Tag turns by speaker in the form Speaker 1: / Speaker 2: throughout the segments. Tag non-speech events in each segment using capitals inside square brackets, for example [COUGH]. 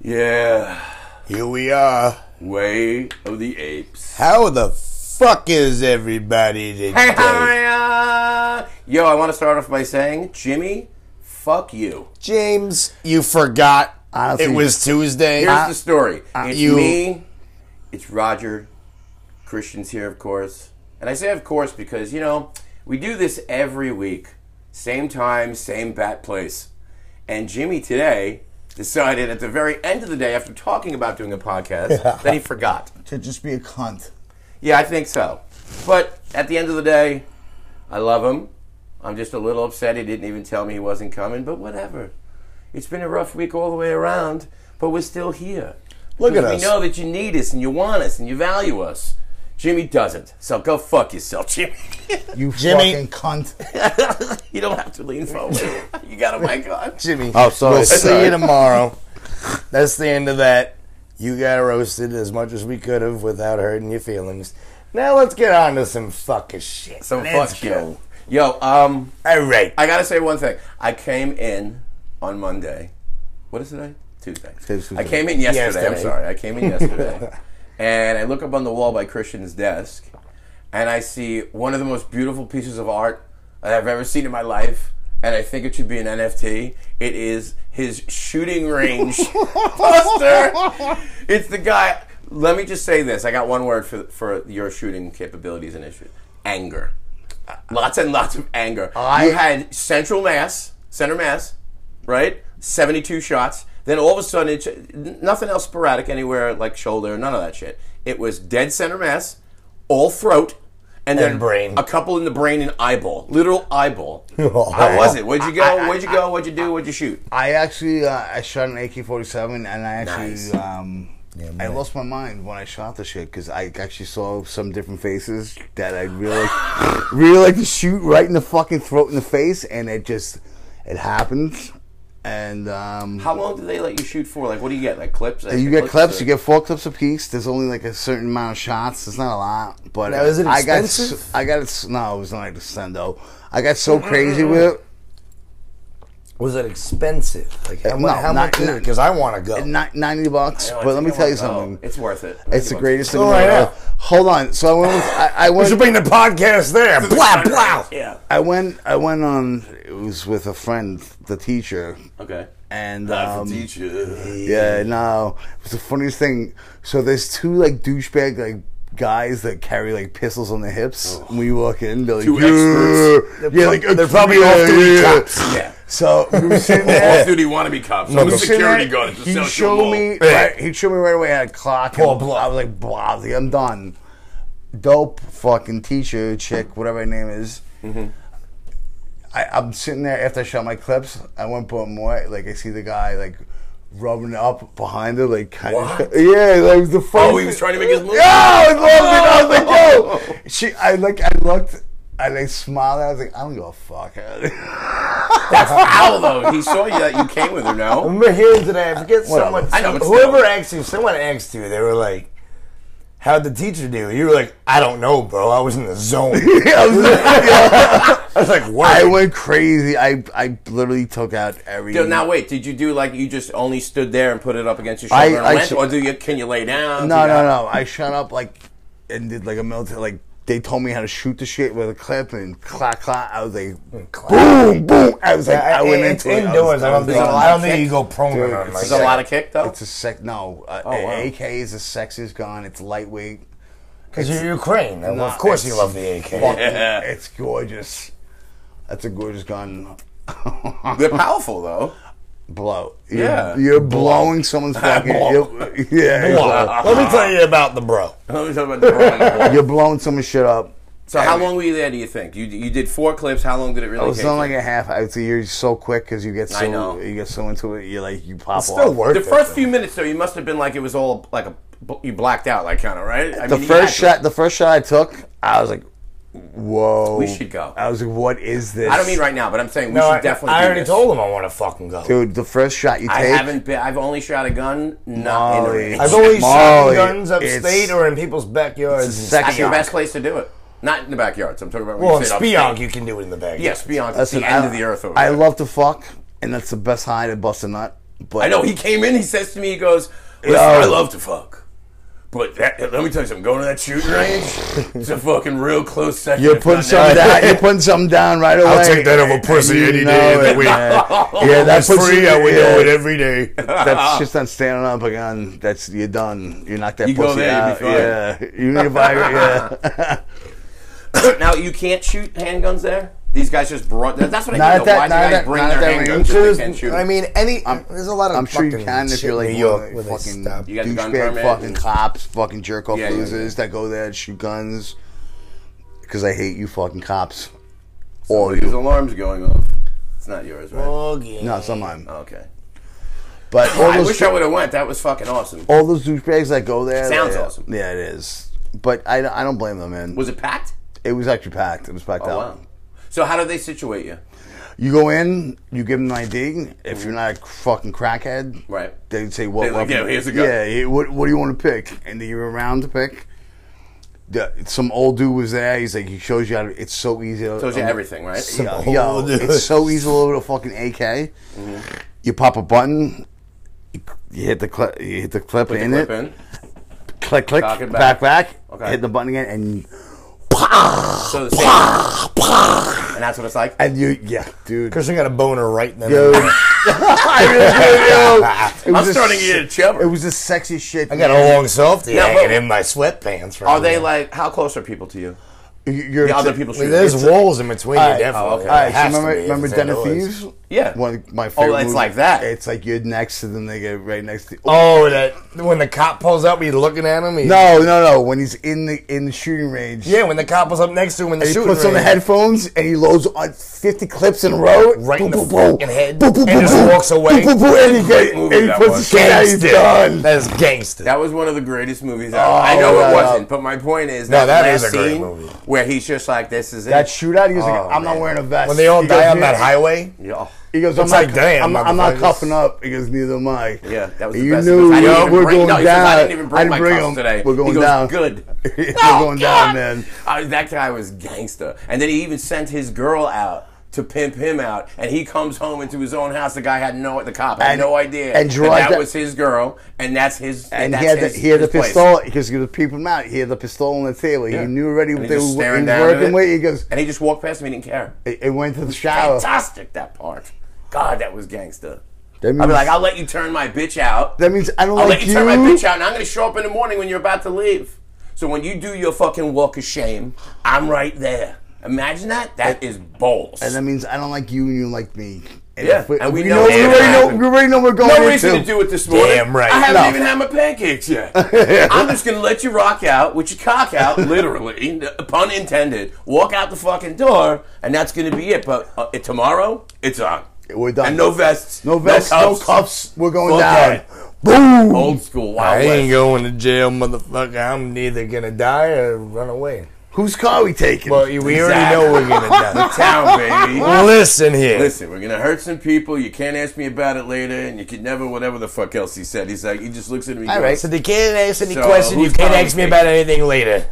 Speaker 1: Yeah.
Speaker 2: Here we are.
Speaker 1: Way of the Apes.
Speaker 2: How the fuck is everybody
Speaker 1: Hey,
Speaker 2: today?
Speaker 1: hi, uh, Yo, I want to start off by saying, Jimmy, fuck you.
Speaker 2: James, you forgot
Speaker 3: Honestly,
Speaker 2: it was Tuesday.
Speaker 1: Here's the story. It's
Speaker 2: Uh, you-
Speaker 1: me. It's Roger. Christian's here, of course. And I say of course because, you know, we do this every week. Same time, same bat place. And Jimmy today decided at the very end of the day after talking about doing a podcast that he forgot.
Speaker 3: to just be a cunt.
Speaker 1: Yeah, I think so. But at the end of the day, I love him. I'm just a little upset he didn't even tell me he wasn't coming, but whatever. It's been a rough week all the way around, but we're still here.
Speaker 2: Look at
Speaker 1: Because
Speaker 2: us.
Speaker 1: We know that you need us and you want us and you value us. Jimmy doesn't. So go fuck yourself, [LAUGHS] Jimmy.
Speaker 3: You
Speaker 2: Jimmy.
Speaker 3: fucking cunt.
Speaker 1: you don't have to lean forward. you got a mic
Speaker 2: [LAUGHS]
Speaker 1: on.
Speaker 2: Jimmy.
Speaker 1: Oh, sorry.
Speaker 2: We'll see
Speaker 1: Sorry.
Speaker 2: you [LAUGHS] tomorrow. That's the end of that. You got roasted as much as we could have without hurting your feelings. Now let's get on to some fucking shit.
Speaker 1: So
Speaker 2: Let's
Speaker 1: fuck
Speaker 2: go.
Speaker 1: you. Yo, um,
Speaker 2: All right.
Speaker 1: I gotta say one thing. I came in on Monday. What is today? Tuesday.
Speaker 3: Today's Tuesday.
Speaker 1: I came in yesterday. I'm
Speaker 2: Yesterday.
Speaker 1: sorry. I came in yesterday. and I look up on the wall by Christian's desk and I see one of the most beautiful pieces of art that I've ever seen in my life. And I think it should be an NFT. It is his shooting range poster. It's the guy. Let me just say this. I got one word for, for your shooting capabilities and issues anger Uh, lots and lots of anger. you had central mass, center mass, right? 72 shots. Then all of a sudden, it, ch- nothing else sporadic anywhere, like shoulder, none of that shit. It was dead center mass, all throat, and, then
Speaker 2: brain.
Speaker 1: A couple in the brain and eyeball, literal eyeball.
Speaker 3: [LAUGHS]
Speaker 1: How was it? Where'd you go? Where'd you go? What'd you do? What'd you shoot?
Speaker 3: [LAUGHS] I actually uh, I shot an AK-47 and I actually
Speaker 1: Nice.
Speaker 3: um, I
Speaker 2: man.
Speaker 3: lost my mind when I shot the shit because I actually saw some different faces that I really [LAUGHS] really like to shoot right in the fucking throat in the face and it just it happened and um,
Speaker 1: How long do they let you shoot for? Like, what do you get? Like clips?
Speaker 3: you get clips, you get four clips a piece. There's only like a certain amount of shots. It's not a lot, but
Speaker 2: Now, is it
Speaker 3: I got
Speaker 2: expensive?
Speaker 3: so- I got it. s- No, it was not like a sendo. I got so crazy with it.
Speaker 2: Was it expensive? Like how, mu-
Speaker 3: No,
Speaker 2: how
Speaker 3: not-
Speaker 2: much is it?
Speaker 3: not-
Speaker 2: Because I want to go.
Speaker 3: Ni- Ninety bucks. but let me tell you something.
Speaker 1: it's worth it.
Speaker 3: It's the greatest thing.
Speaker 2: Oh,
Speaker 3: in
Speaker 2: I
Speaker 3: my
Speaker 2: know.
Speaker 3: life. Hold on. So I went. With, I, I
Speaker 2: we
Speaker 3: went.
Speaker 2: should bring the podcast there. Blah blah.
Speaker 1: Yeah.
Speaker 3: I went. I went on. It was with a friend, the teacher,
Speaker 1: Okay.
Speaker 3: and
Speaker 1: That's
Speaker 3: um,
Speaker 1: a teacher.
Speaker 3: Yeah, no. It was the funniest thing. So there's two like douchebag like guys that carry like pistols on their hips. When we walk in, they're like
Speaker 1: Two
Speaker 3: yeah.
Speaker 1: experts.
Speaker 3: Yeah, like
Speaker 2: They're probably off duty cops.
Speaker 1: Yeah.
Speaker 3: So we
Speaker 1: [LAUGHS]
Speaker 3: were sitting
Speaker 1: Off
Speaker 3: there.
Speaker 1: duty wannabe cops.
Speaker 2: No,
Speaker 1: I'm a
Speaker 2: no.
Speaker 1: security guard. at the
Speaker 3: He
Speaker 1: South
Speaker 3: showed
Speaker 1: Shore
Speaker 3: [LAUGHS] me.
Speaker 1: Mall.
Speaker 3: Right, he showed me right away at a clock.
Speaker 2: Paul
Speaker 3: and
Speaker 2: Block.
Speaker 3: I was like, blah, I was like, I'm done. Dope fucking teacher chick, whatever her name is.
Speaker 1: Mm-hmm.
Speaker 3: I, I'm sitting there after I shot my clips. I went for more. Like I see the guy like rubbing up behind her, like kind
Speaker 1: What?
Speaker 3: of. [LAUGHS] Yeah, like it was the first.
Speaker 1: Oh, he was trying to make his move? Oh.
Speaker 3: Yeah, I loved it. I was like, yo. She, I like, I looked. And I smiled. I was like, I don't give a fuck. [LAUGHS]
Speaker 1: Ow, though. He saw you that you came with her
Speaker 2: I
Speaker 3: [LAUGHS]
Speaker 1: now.
Speaker 2: remember hearing today. I forget someone.
Speaker 1: I know, but
Speaker 2: whoever
Speaker 1: still.
Speaker 2: asked you, someone asked you. They were like, "How'd the teacher do?" You were like, "I don't know, bro. I was in the
Speaker 3: [LAUGHS]
Speaker 2: zone."
Speaker 3: I was like,
Speaker 2: I was like, "What?"
Speaker 3: I went crazy. I I literally took out every.
Speaker 1: Yo, Now wait, did you do like you just only stood there and put it up against your
Speaker 3: I-
Speaker 1: shoulder and
Speaker 3: I
Speaker 1: went,
Speaker 3: sh-
Speaker 1: or do you can you lay down?
Speaker 3: no,
Speaker 1: Do you
Speaker 3: no,
Speaker 1: got-
Speaker 3: no. I shut up like and did like a military like. They told me how to shoot the shit with a clip and clack clack. I was like, boom, boom. I was like, I went
Speaker 2: it's
Speaker 3: into it. I
Speaker 2: indoors.
Speaker 3: was-
Speaker 2: I, don't
Speaker 3: was
Speaker 2: think.
Speaker 3: done.
Speaker 2: I don't think you go prone
Speaker 3: Dude,
Speaker 2: on
Speaker 3: it's
Speaker 2: like
Speaker 1: Is there
Speaker 2: that.
Speaker 1: a lot of kick though?
Speaker 3: It's a sec. No, uh,
Speaker 1: Oh, wow.
Speaker 3: AK is the sexiest gun. It's lightweight.
Speaker 2: Because you're Ukraine. Well,
Speaker 3: No,
Speaker 2: of course you
Speaker 3: it's
Speaker 2: love the AK.
Speaker 3: fucking-
Speaker 1: Yeah.
Speaker 3: It's gorgeous. That's a gorgeous gun.
Speaker 1: They're powerful though.
Speaker 3: Blow.
Speaker 1: Yeah.
Speaker 3: You're, you're
Speaker 2: [LAUGHS]
Speaker 3: blowing someone's fucking.
Speaker 1: Blow.
Speaker 3: you're- yeah.
Speaker 2: Well, Let me tell you about the bro.
Speaker 1: [LAUGHS] Let me talk about the drawing board. [LAUGHS]
Speaker 3: You're blowing someone's shit up.
Speaker 1: So how long were you there? Do you think you you did four clips? How long did it really?
Speaker 3: It was
Speaker 1: take
Speaker 3: not like
Speaker 1: you?
Speaker 3: a half. I would say you're so quick because you get so
Speaker 1: I know.
Speaker 3: you get so into it. You're like you pop
Speaker 2: It's
Speaker 3: off.
Speaker 2: still worth
Speaker 1: the
Speaker 2: it,
Speaker 1: first
Speaker 2: though.
Speaker 1: few minutes though, you must have been like it was all like a you blacked out, like kind of right. I
Speaker 3: The
Speaker 1: mean, you
Speaker 3: first
Speaker 1: had to.
Speaker 3: shot, the first shot I took, I was like, "Whoa!"
Speaker 1: We should go.
Speaker 3: I was like, "What is this?"
Speaker 1: I don't mean right now, but I'm saying we
Speaker 2: No,
Speaker 1: should
Speaker 2: I,
Speaker 1: definitely.
Speaker 2: I
Speaker 1: do
Speaker 2: already
Speaker 1: this.
Speaker 2: told him I want to fucking go.
Speaker 3: dude. The first shot you take,
Speaker 1: I haven't been. I've only shot a gun, not in the
Speaker 3: Molly.
Speaker 1: range.
Speaker 2: I've always shot
Speaker 3: Molly,
Speaker 2: guns upstate
Speaker 3: it's-
Speaker 2: or in people's backyards.
Speaker 3: it's
Speaker 2: and
Speaker 3: sexy.
Speaker 1: That's the
Speaker 3: Spionk.
Speaker 1: best place to do it. Not in the backyards. I'm talking about when
Speaker 2: Well, in
Speaker 1: you sit
Speaker 2: Spionk,
Speaker 1: upstate.
Speaker 2: you can do it in the backyard.
Speaker 1: Yes, Spionk. That's
Speaker 3: Listen,
Speaker 1: the end
Speaker 3: I-
Speaker 1: of the earth over
Speaker 3: I
Speaker 1: there.
Speaker 3: love to fuck, and that's the best high to bust a nut. But
Speaker 1: I know he came in. He says to me, he goes, "Listen,
Speaker 2: Yo.
Speaker 1: I love to fuck." But that, let me tell you something. Going to that shooting range, it's a fucking real close second.
Speaker 3: You're
Speaker 1: if
Speaker 3: putting
Speaker 1: not
Speaker 3: something
Speaker 1: next.
Speaker 3: down. You're putting something down right away.
Speaker 2: I'll take that over
Speaker 3: And
Speaker 2: pussy
Speaker 3: you
Speaker 2: any
Speaker 3: know
Speaker 2: day of the
Speaker 3: it,
Speaker 1: [LAUGHS]
Speaker 2: week.
Speaker 3: man.
Speaker 2: Yeah,
Speaker 3: that
Speaker 2: that's
Speaker 3: puts
Speaker 2: free.
Speaker 3: you-
Speaker 2: I would
Speaker 3: yeah.
Speaker 2: know it every day.
Speaker 1: [LAUGHS]
Speaker 3: That's just not standing up again. That's you're done. You knock that
Speaker 1: You go
Speaker 3: pussy
Speaker 1: there, you'll
Speaker 3: out.
Speaker 1: be
Speaker 3: yeah, [LAUGHS] you need
Speaker 2: [LAUGHS]
Speaker 3: a Viagra. Yeah,
Speaker 1: now you can't shoot handguns there. These guys just brought. That, that's what I
Speaker 3: Not
Speaker 1: mean.
Speaker 3: at
Speaker 1: though.
Speaker 3: that-
Speaker 1: Why do
Speaker 3: not at
Speaker 1: guys
Speaker 3: that-
Speaker 1: bring
Speaker 3: not
Speaker 1: their
Speaker 3: at that
Speaker 1: handguns
Speaker 3: range.
Speaker 1: if
Speaker 2: There's-
Speaker 1: they can't shoot?
Speaker 2: I mean, any there's a lot of.
Speaker 3: I'm sure you
Speaker 2: fucking
Speaker 3: can if
Speaker 2: shit
Speaker 3: you're like
Speaker 2: in New
Speaker 3: one
Speaker 2: York
Speaker 3: of
Speaker 2: where
Speaker 3: the
Speaker 2: they
Speaker 3: fucking
Speaker 2: stop.
Speaker 1: You got the gun
Speaker 3: douchebag
Speaker 1: permit?
Speaker 3: fucking cops, fucking jerk off
Speaker 1: Yeah, yeah, yeah.
Speaker 3: losers that go there and shoot guns. Because I hate you fucking cops. All
Speaker 1: His
Speaker 3: you.
Speaker 1: Oh, alarm's going off. It's not yours, right?
Speaker 2: Oh, yeah.
Speaker 3: No, some of them.
Speaker 1: okay.
Speaker 3: But all
Speaker 1: I
Speaker 3: those
Speaker 1: wish I would have went. That was fucking awesome.
Speaker 3: all those douchebags that go there.
Speaker 1: Sounds
Speaker 3: yeah,
Speaker 1: awesome.
Speaker 3: Yeah, it is. But I, I don't blame them, man.
Speaker 1: Was it packed?
Speaker 3: it was actually packed. It was packed
Speaker 1: Oh
Speaker 3: out.
Speaker 1: wow. So how do they situate you?
Speaker 3: You go in, you give them an ID. If you're not a fucking crackhead,
Speaker 1: Right.
Speaker 3: They say, "What?
Speaker 1: They're like,
Speaker 3: weapon-
Speaker 1: "Yeah, here's a gun."
Speaker 3: Yeah, he- what? What do you want to pick?" And then you're around to pick. The, some old dude was there. He's like, he shows you how. To, it's so easy. To,
Speaker 1: Shows you everything, right?
Speaker 3: Yeah,
Speaker 2: Old
Speaker 3: [LAUGHS] yo,
Speaker 2: dude.
Speaker 3: it's so easy to load a fucking AK. You pop a button. You, you hit the clip. You hit the clip
Speaker 1: Put the
Speaker 3: in
Speaker 1: clip
Speaker 3: it.
Speaker 1: in.
Speaker 3: Click, click.
Speaker 1: Cock it
Speaker 3: back,
Speaker 1: back.
Speaker 3: back.
Speaker 1: Okay.
Speaker 3: Hit the button again, and [LAUGHS]
Speaker 1: So the same. and that's what it's like.
Speaker 3: and you, yeah, dude.
Speaker 2: Christian got a boner right then.
Speaker 3: [LAUGHS]
Speaker 2: [LAUGHS]
Speaker 3: Dude. I really do, yo. It
Speaker 1: I'm
Speaker 3: was a
Speaker 1: starting to
Speaker 3: se-
Speaker 1: get a chubber.
Speaker 3: It was the sexiest shit.
Speaker 2: I got a long softy
Speaker 1: No,
Speaker 2: hanging
Speaker 1: but-
Speaker 2: in my sweatpants. Right
Speaker 1: Are they
Speaker 2: now.
Speaker 1: like how close are people to you?
Speaker 3: You're
Speaker 1: The other people
Speaker 2: I mean,
Speaker 1: shooting.
Speaker 2: there's walls in between
Speaker 3: All
Speaker 2: you,
Speaker 3: right.
Speaker 2: definitely.
Speaker 1: Oh, okay.
Speaker 2: It
Speaker 3: All right, so
Speaker 2: has to
Speaker 3: remember,
Speaker 2: be,
Speaker 3: remember
Speaker 2: it's
Speaker 3: Den of
Speaker 2: indoors.
Speaker 3: Thieves?
Speaker 1: Yeah. Oh,
Speaker 3: One of my favorite
Speaker 1: it's
Speaker 3: movies.
Speaker 1: like that.
Speaker 3: It's like you're next to the nigga right next to
Speaker 2: Oh, that when the cop pulls up, he's looking at him. he-
Speaker 3: No, no, no. When he's in the in the shooting range.
Speaker 2: Yeah, when the cop was up next to him in the
Speaker 3: And he
Speaker 2: shooting
Speaker 3: puts on the
Speaker 2: range.
Speaker 3: headphones and he loads on 50 clips in a row.
Speaker 2: Right in the fucking head.
Speaker 3: Boom, boom,
Speaker 2: And just
Speaker 3: boom,
Speaker 2: walks away.
Speaker 3: Boom, boom, boom, and he, get, and
Speaker 1: movie
Speaker 3: he
Speaker 1: that
Speaker 3: puts
Speaker 1: was.
Speaker 3: the shit out. He's
Speaker 2: Gangster.
Speaker 3: done.
Speaker 2: That is gangster.
Speaker 1: That was one of the greatest movies ever. I know
Speaker 3: Oh, yeah,
Speaker 1: it wasn't, but my point is
Speaker 2: No,
Speaker 1: that,
Speaker 2: that
Speaker 1: last
Speaker 2: is a great
Speaker 1: scene
Speaker 2: movie.
Speaker 1: where he's just like, "This is it."
Speaker 3: That shootout, he was like,
Speaker 2: Oh,
Speaker 3: I'm not
Speaker 2: man.
Speaker 3: wearing a vest.
Speaker 2: when they all
Speaker 3: He
Speaker 2: die
Speaker 3: goes,
Speaker 2: on that
Speaker 3: "Yeah."
Speaker 2: highway.
Speaker 1: yeah.
Speaker 3: He goes, I'm
Speaker 2: It's
Speaker 3: not,
Speaker 2: like, damn,
Speaker 3: I'm, I'm not
Speaker 2: motherfuckers.
Speaker 3: cuffing up. He goes, neither am I.
Speaker 1: Yeah, that was the
Speaker 3: you
Speaker 1: best.
Speaker 3: knew
Speaker 1: because I didn't
Speaker 3: yo,
Speaker 1: even
Speaker 3: we're
Speaker 1: bring,
Speaker 3: going
Speaker 1: no, he says,
Speaker 3: down.
Speaker 1: I didn't even bring
Speaker 3: I didn't
Speaker 1: my
Speaker 3: bring
Speaker 1: cuffs
Speaker 3: 'em.
Speaker 1: today.
Speaker 3: We're going
Speaker 1: he goes,
Speaker 3: down.
Speaker 1: Good.
Speaker 3: we're
Speaker 1: Oh,
Speaker 3: going
Speaker 1: God.
Speaker 3: down, man.
Speaker 1: I was- that guy was gangster, and then he even sent his girl out to pimp him out, and he comes home into his own house. The guy had no, the cop had
Speaker 3: And-
Speaker 1: no idea,
Speaker 3: and
Speaker 1: that,
Speaker 3: Gerard-
Speaker 1: that, was his girl, and that's his,
Speaker 3: And
Speaker 1: that's
Speaker 3: he had the,
Speaker 1: his,
Speaker 3: he had the
Speaker 1: his place.
Speaker 3: pistol because he was peeping him out. He had the pistol on the table.
Speaker 1: Yeah.
Speaker 3: He knew already
Speaker 1: And he
Speaker 3: what they
Speaker 1: just
Speaker 3: were he
Speaker 1: staring
Speaker 3: was
Speaker 1: down at
Speaker 3: working
Speaker 1: it.
Speaker 3: with. He goes,
Speaker 1: and he just walked past me. He didn't care.
Speaker 3: it it went to the shower.
Speaker 1: Fantastic that part. God, that was gangster.
Speaker 3: That means,
Speaker 1: I'd be like, I'll let you turn my bitch out.
Speaker 3: that means I don't
Speaker 1: I'll
Speaker 3: like
Speaker 1: let you turn my bitch out, and I'm gonna show up in the morning when you're about to leave. So when you do your fucking walk of shame, I'm right there. Imagine that. That is balls.
Speaker 3: And that means I don't like you and you like me.
Speaker 1: Yeah,
Speaker 3: if we,
Speaker 1: and we
Speaker 3: we
Speaker 1: know
Speaker 3: know, we,
Speaker 1: it's gonna
Speaker 3: already know
Speaker 1: happen.
Speaker 3: we already know we're going
Speaker 1: no
Speaker 3: into.
Speaker 1: reason to do it this morning.
Speaker 2: Damn right.
Speaker 1: I haven't
Speaker 2: No.
Speaker 1: even had my pancakes
Speaker 3: [LAUGHS]
Speaker 1: yet. I'm just gonna let you rock out with your cock out, literally, [LAUGHS] pun intended. Walk out the fucking door, and that's gonna be it. But uh, tomorrow, it's on.
Speaker 3: We're done.
Speaker 1: And no vests,
Speaker 3: No vests, no cuffs. We're
Speaker 1: Fuck
Speaker 3: going down.
Speaker 1: that. Old school,
Speaker 2: I
Speaker 1: wild
Speaker 2: ain't
Speaker 1: west.
Speaker 2: going to jail, motherfucker. I'm either gonna die or run away.
Speaker 3: Whose car we taking?
Speaker 2: Well, we already
Speaker 1: Exactly.
Speaker 2: know we're
Speaker 1: [LAUGHS]
Speaker 2: gonna die.
Speaker 1: Town,
Speaker 3: [LAUGHS]
Speaker 1: baby.
Speaker 2: Listen here.
Speaker 1: Listen, we're gonna hurt some people. You can't ask me about it later, and you can never, whatever the fuck else he said. He's like, he just looks at me.
Speaker 2: All right. So they can't ask any
Speaker 1: So,
Speaker 2: questions. You
Speaker 1: whose
Speaker 2: can't
Speaker 1: car
Speaker 2: ask
Speaker 1: we
Speaker 2: me about anything later.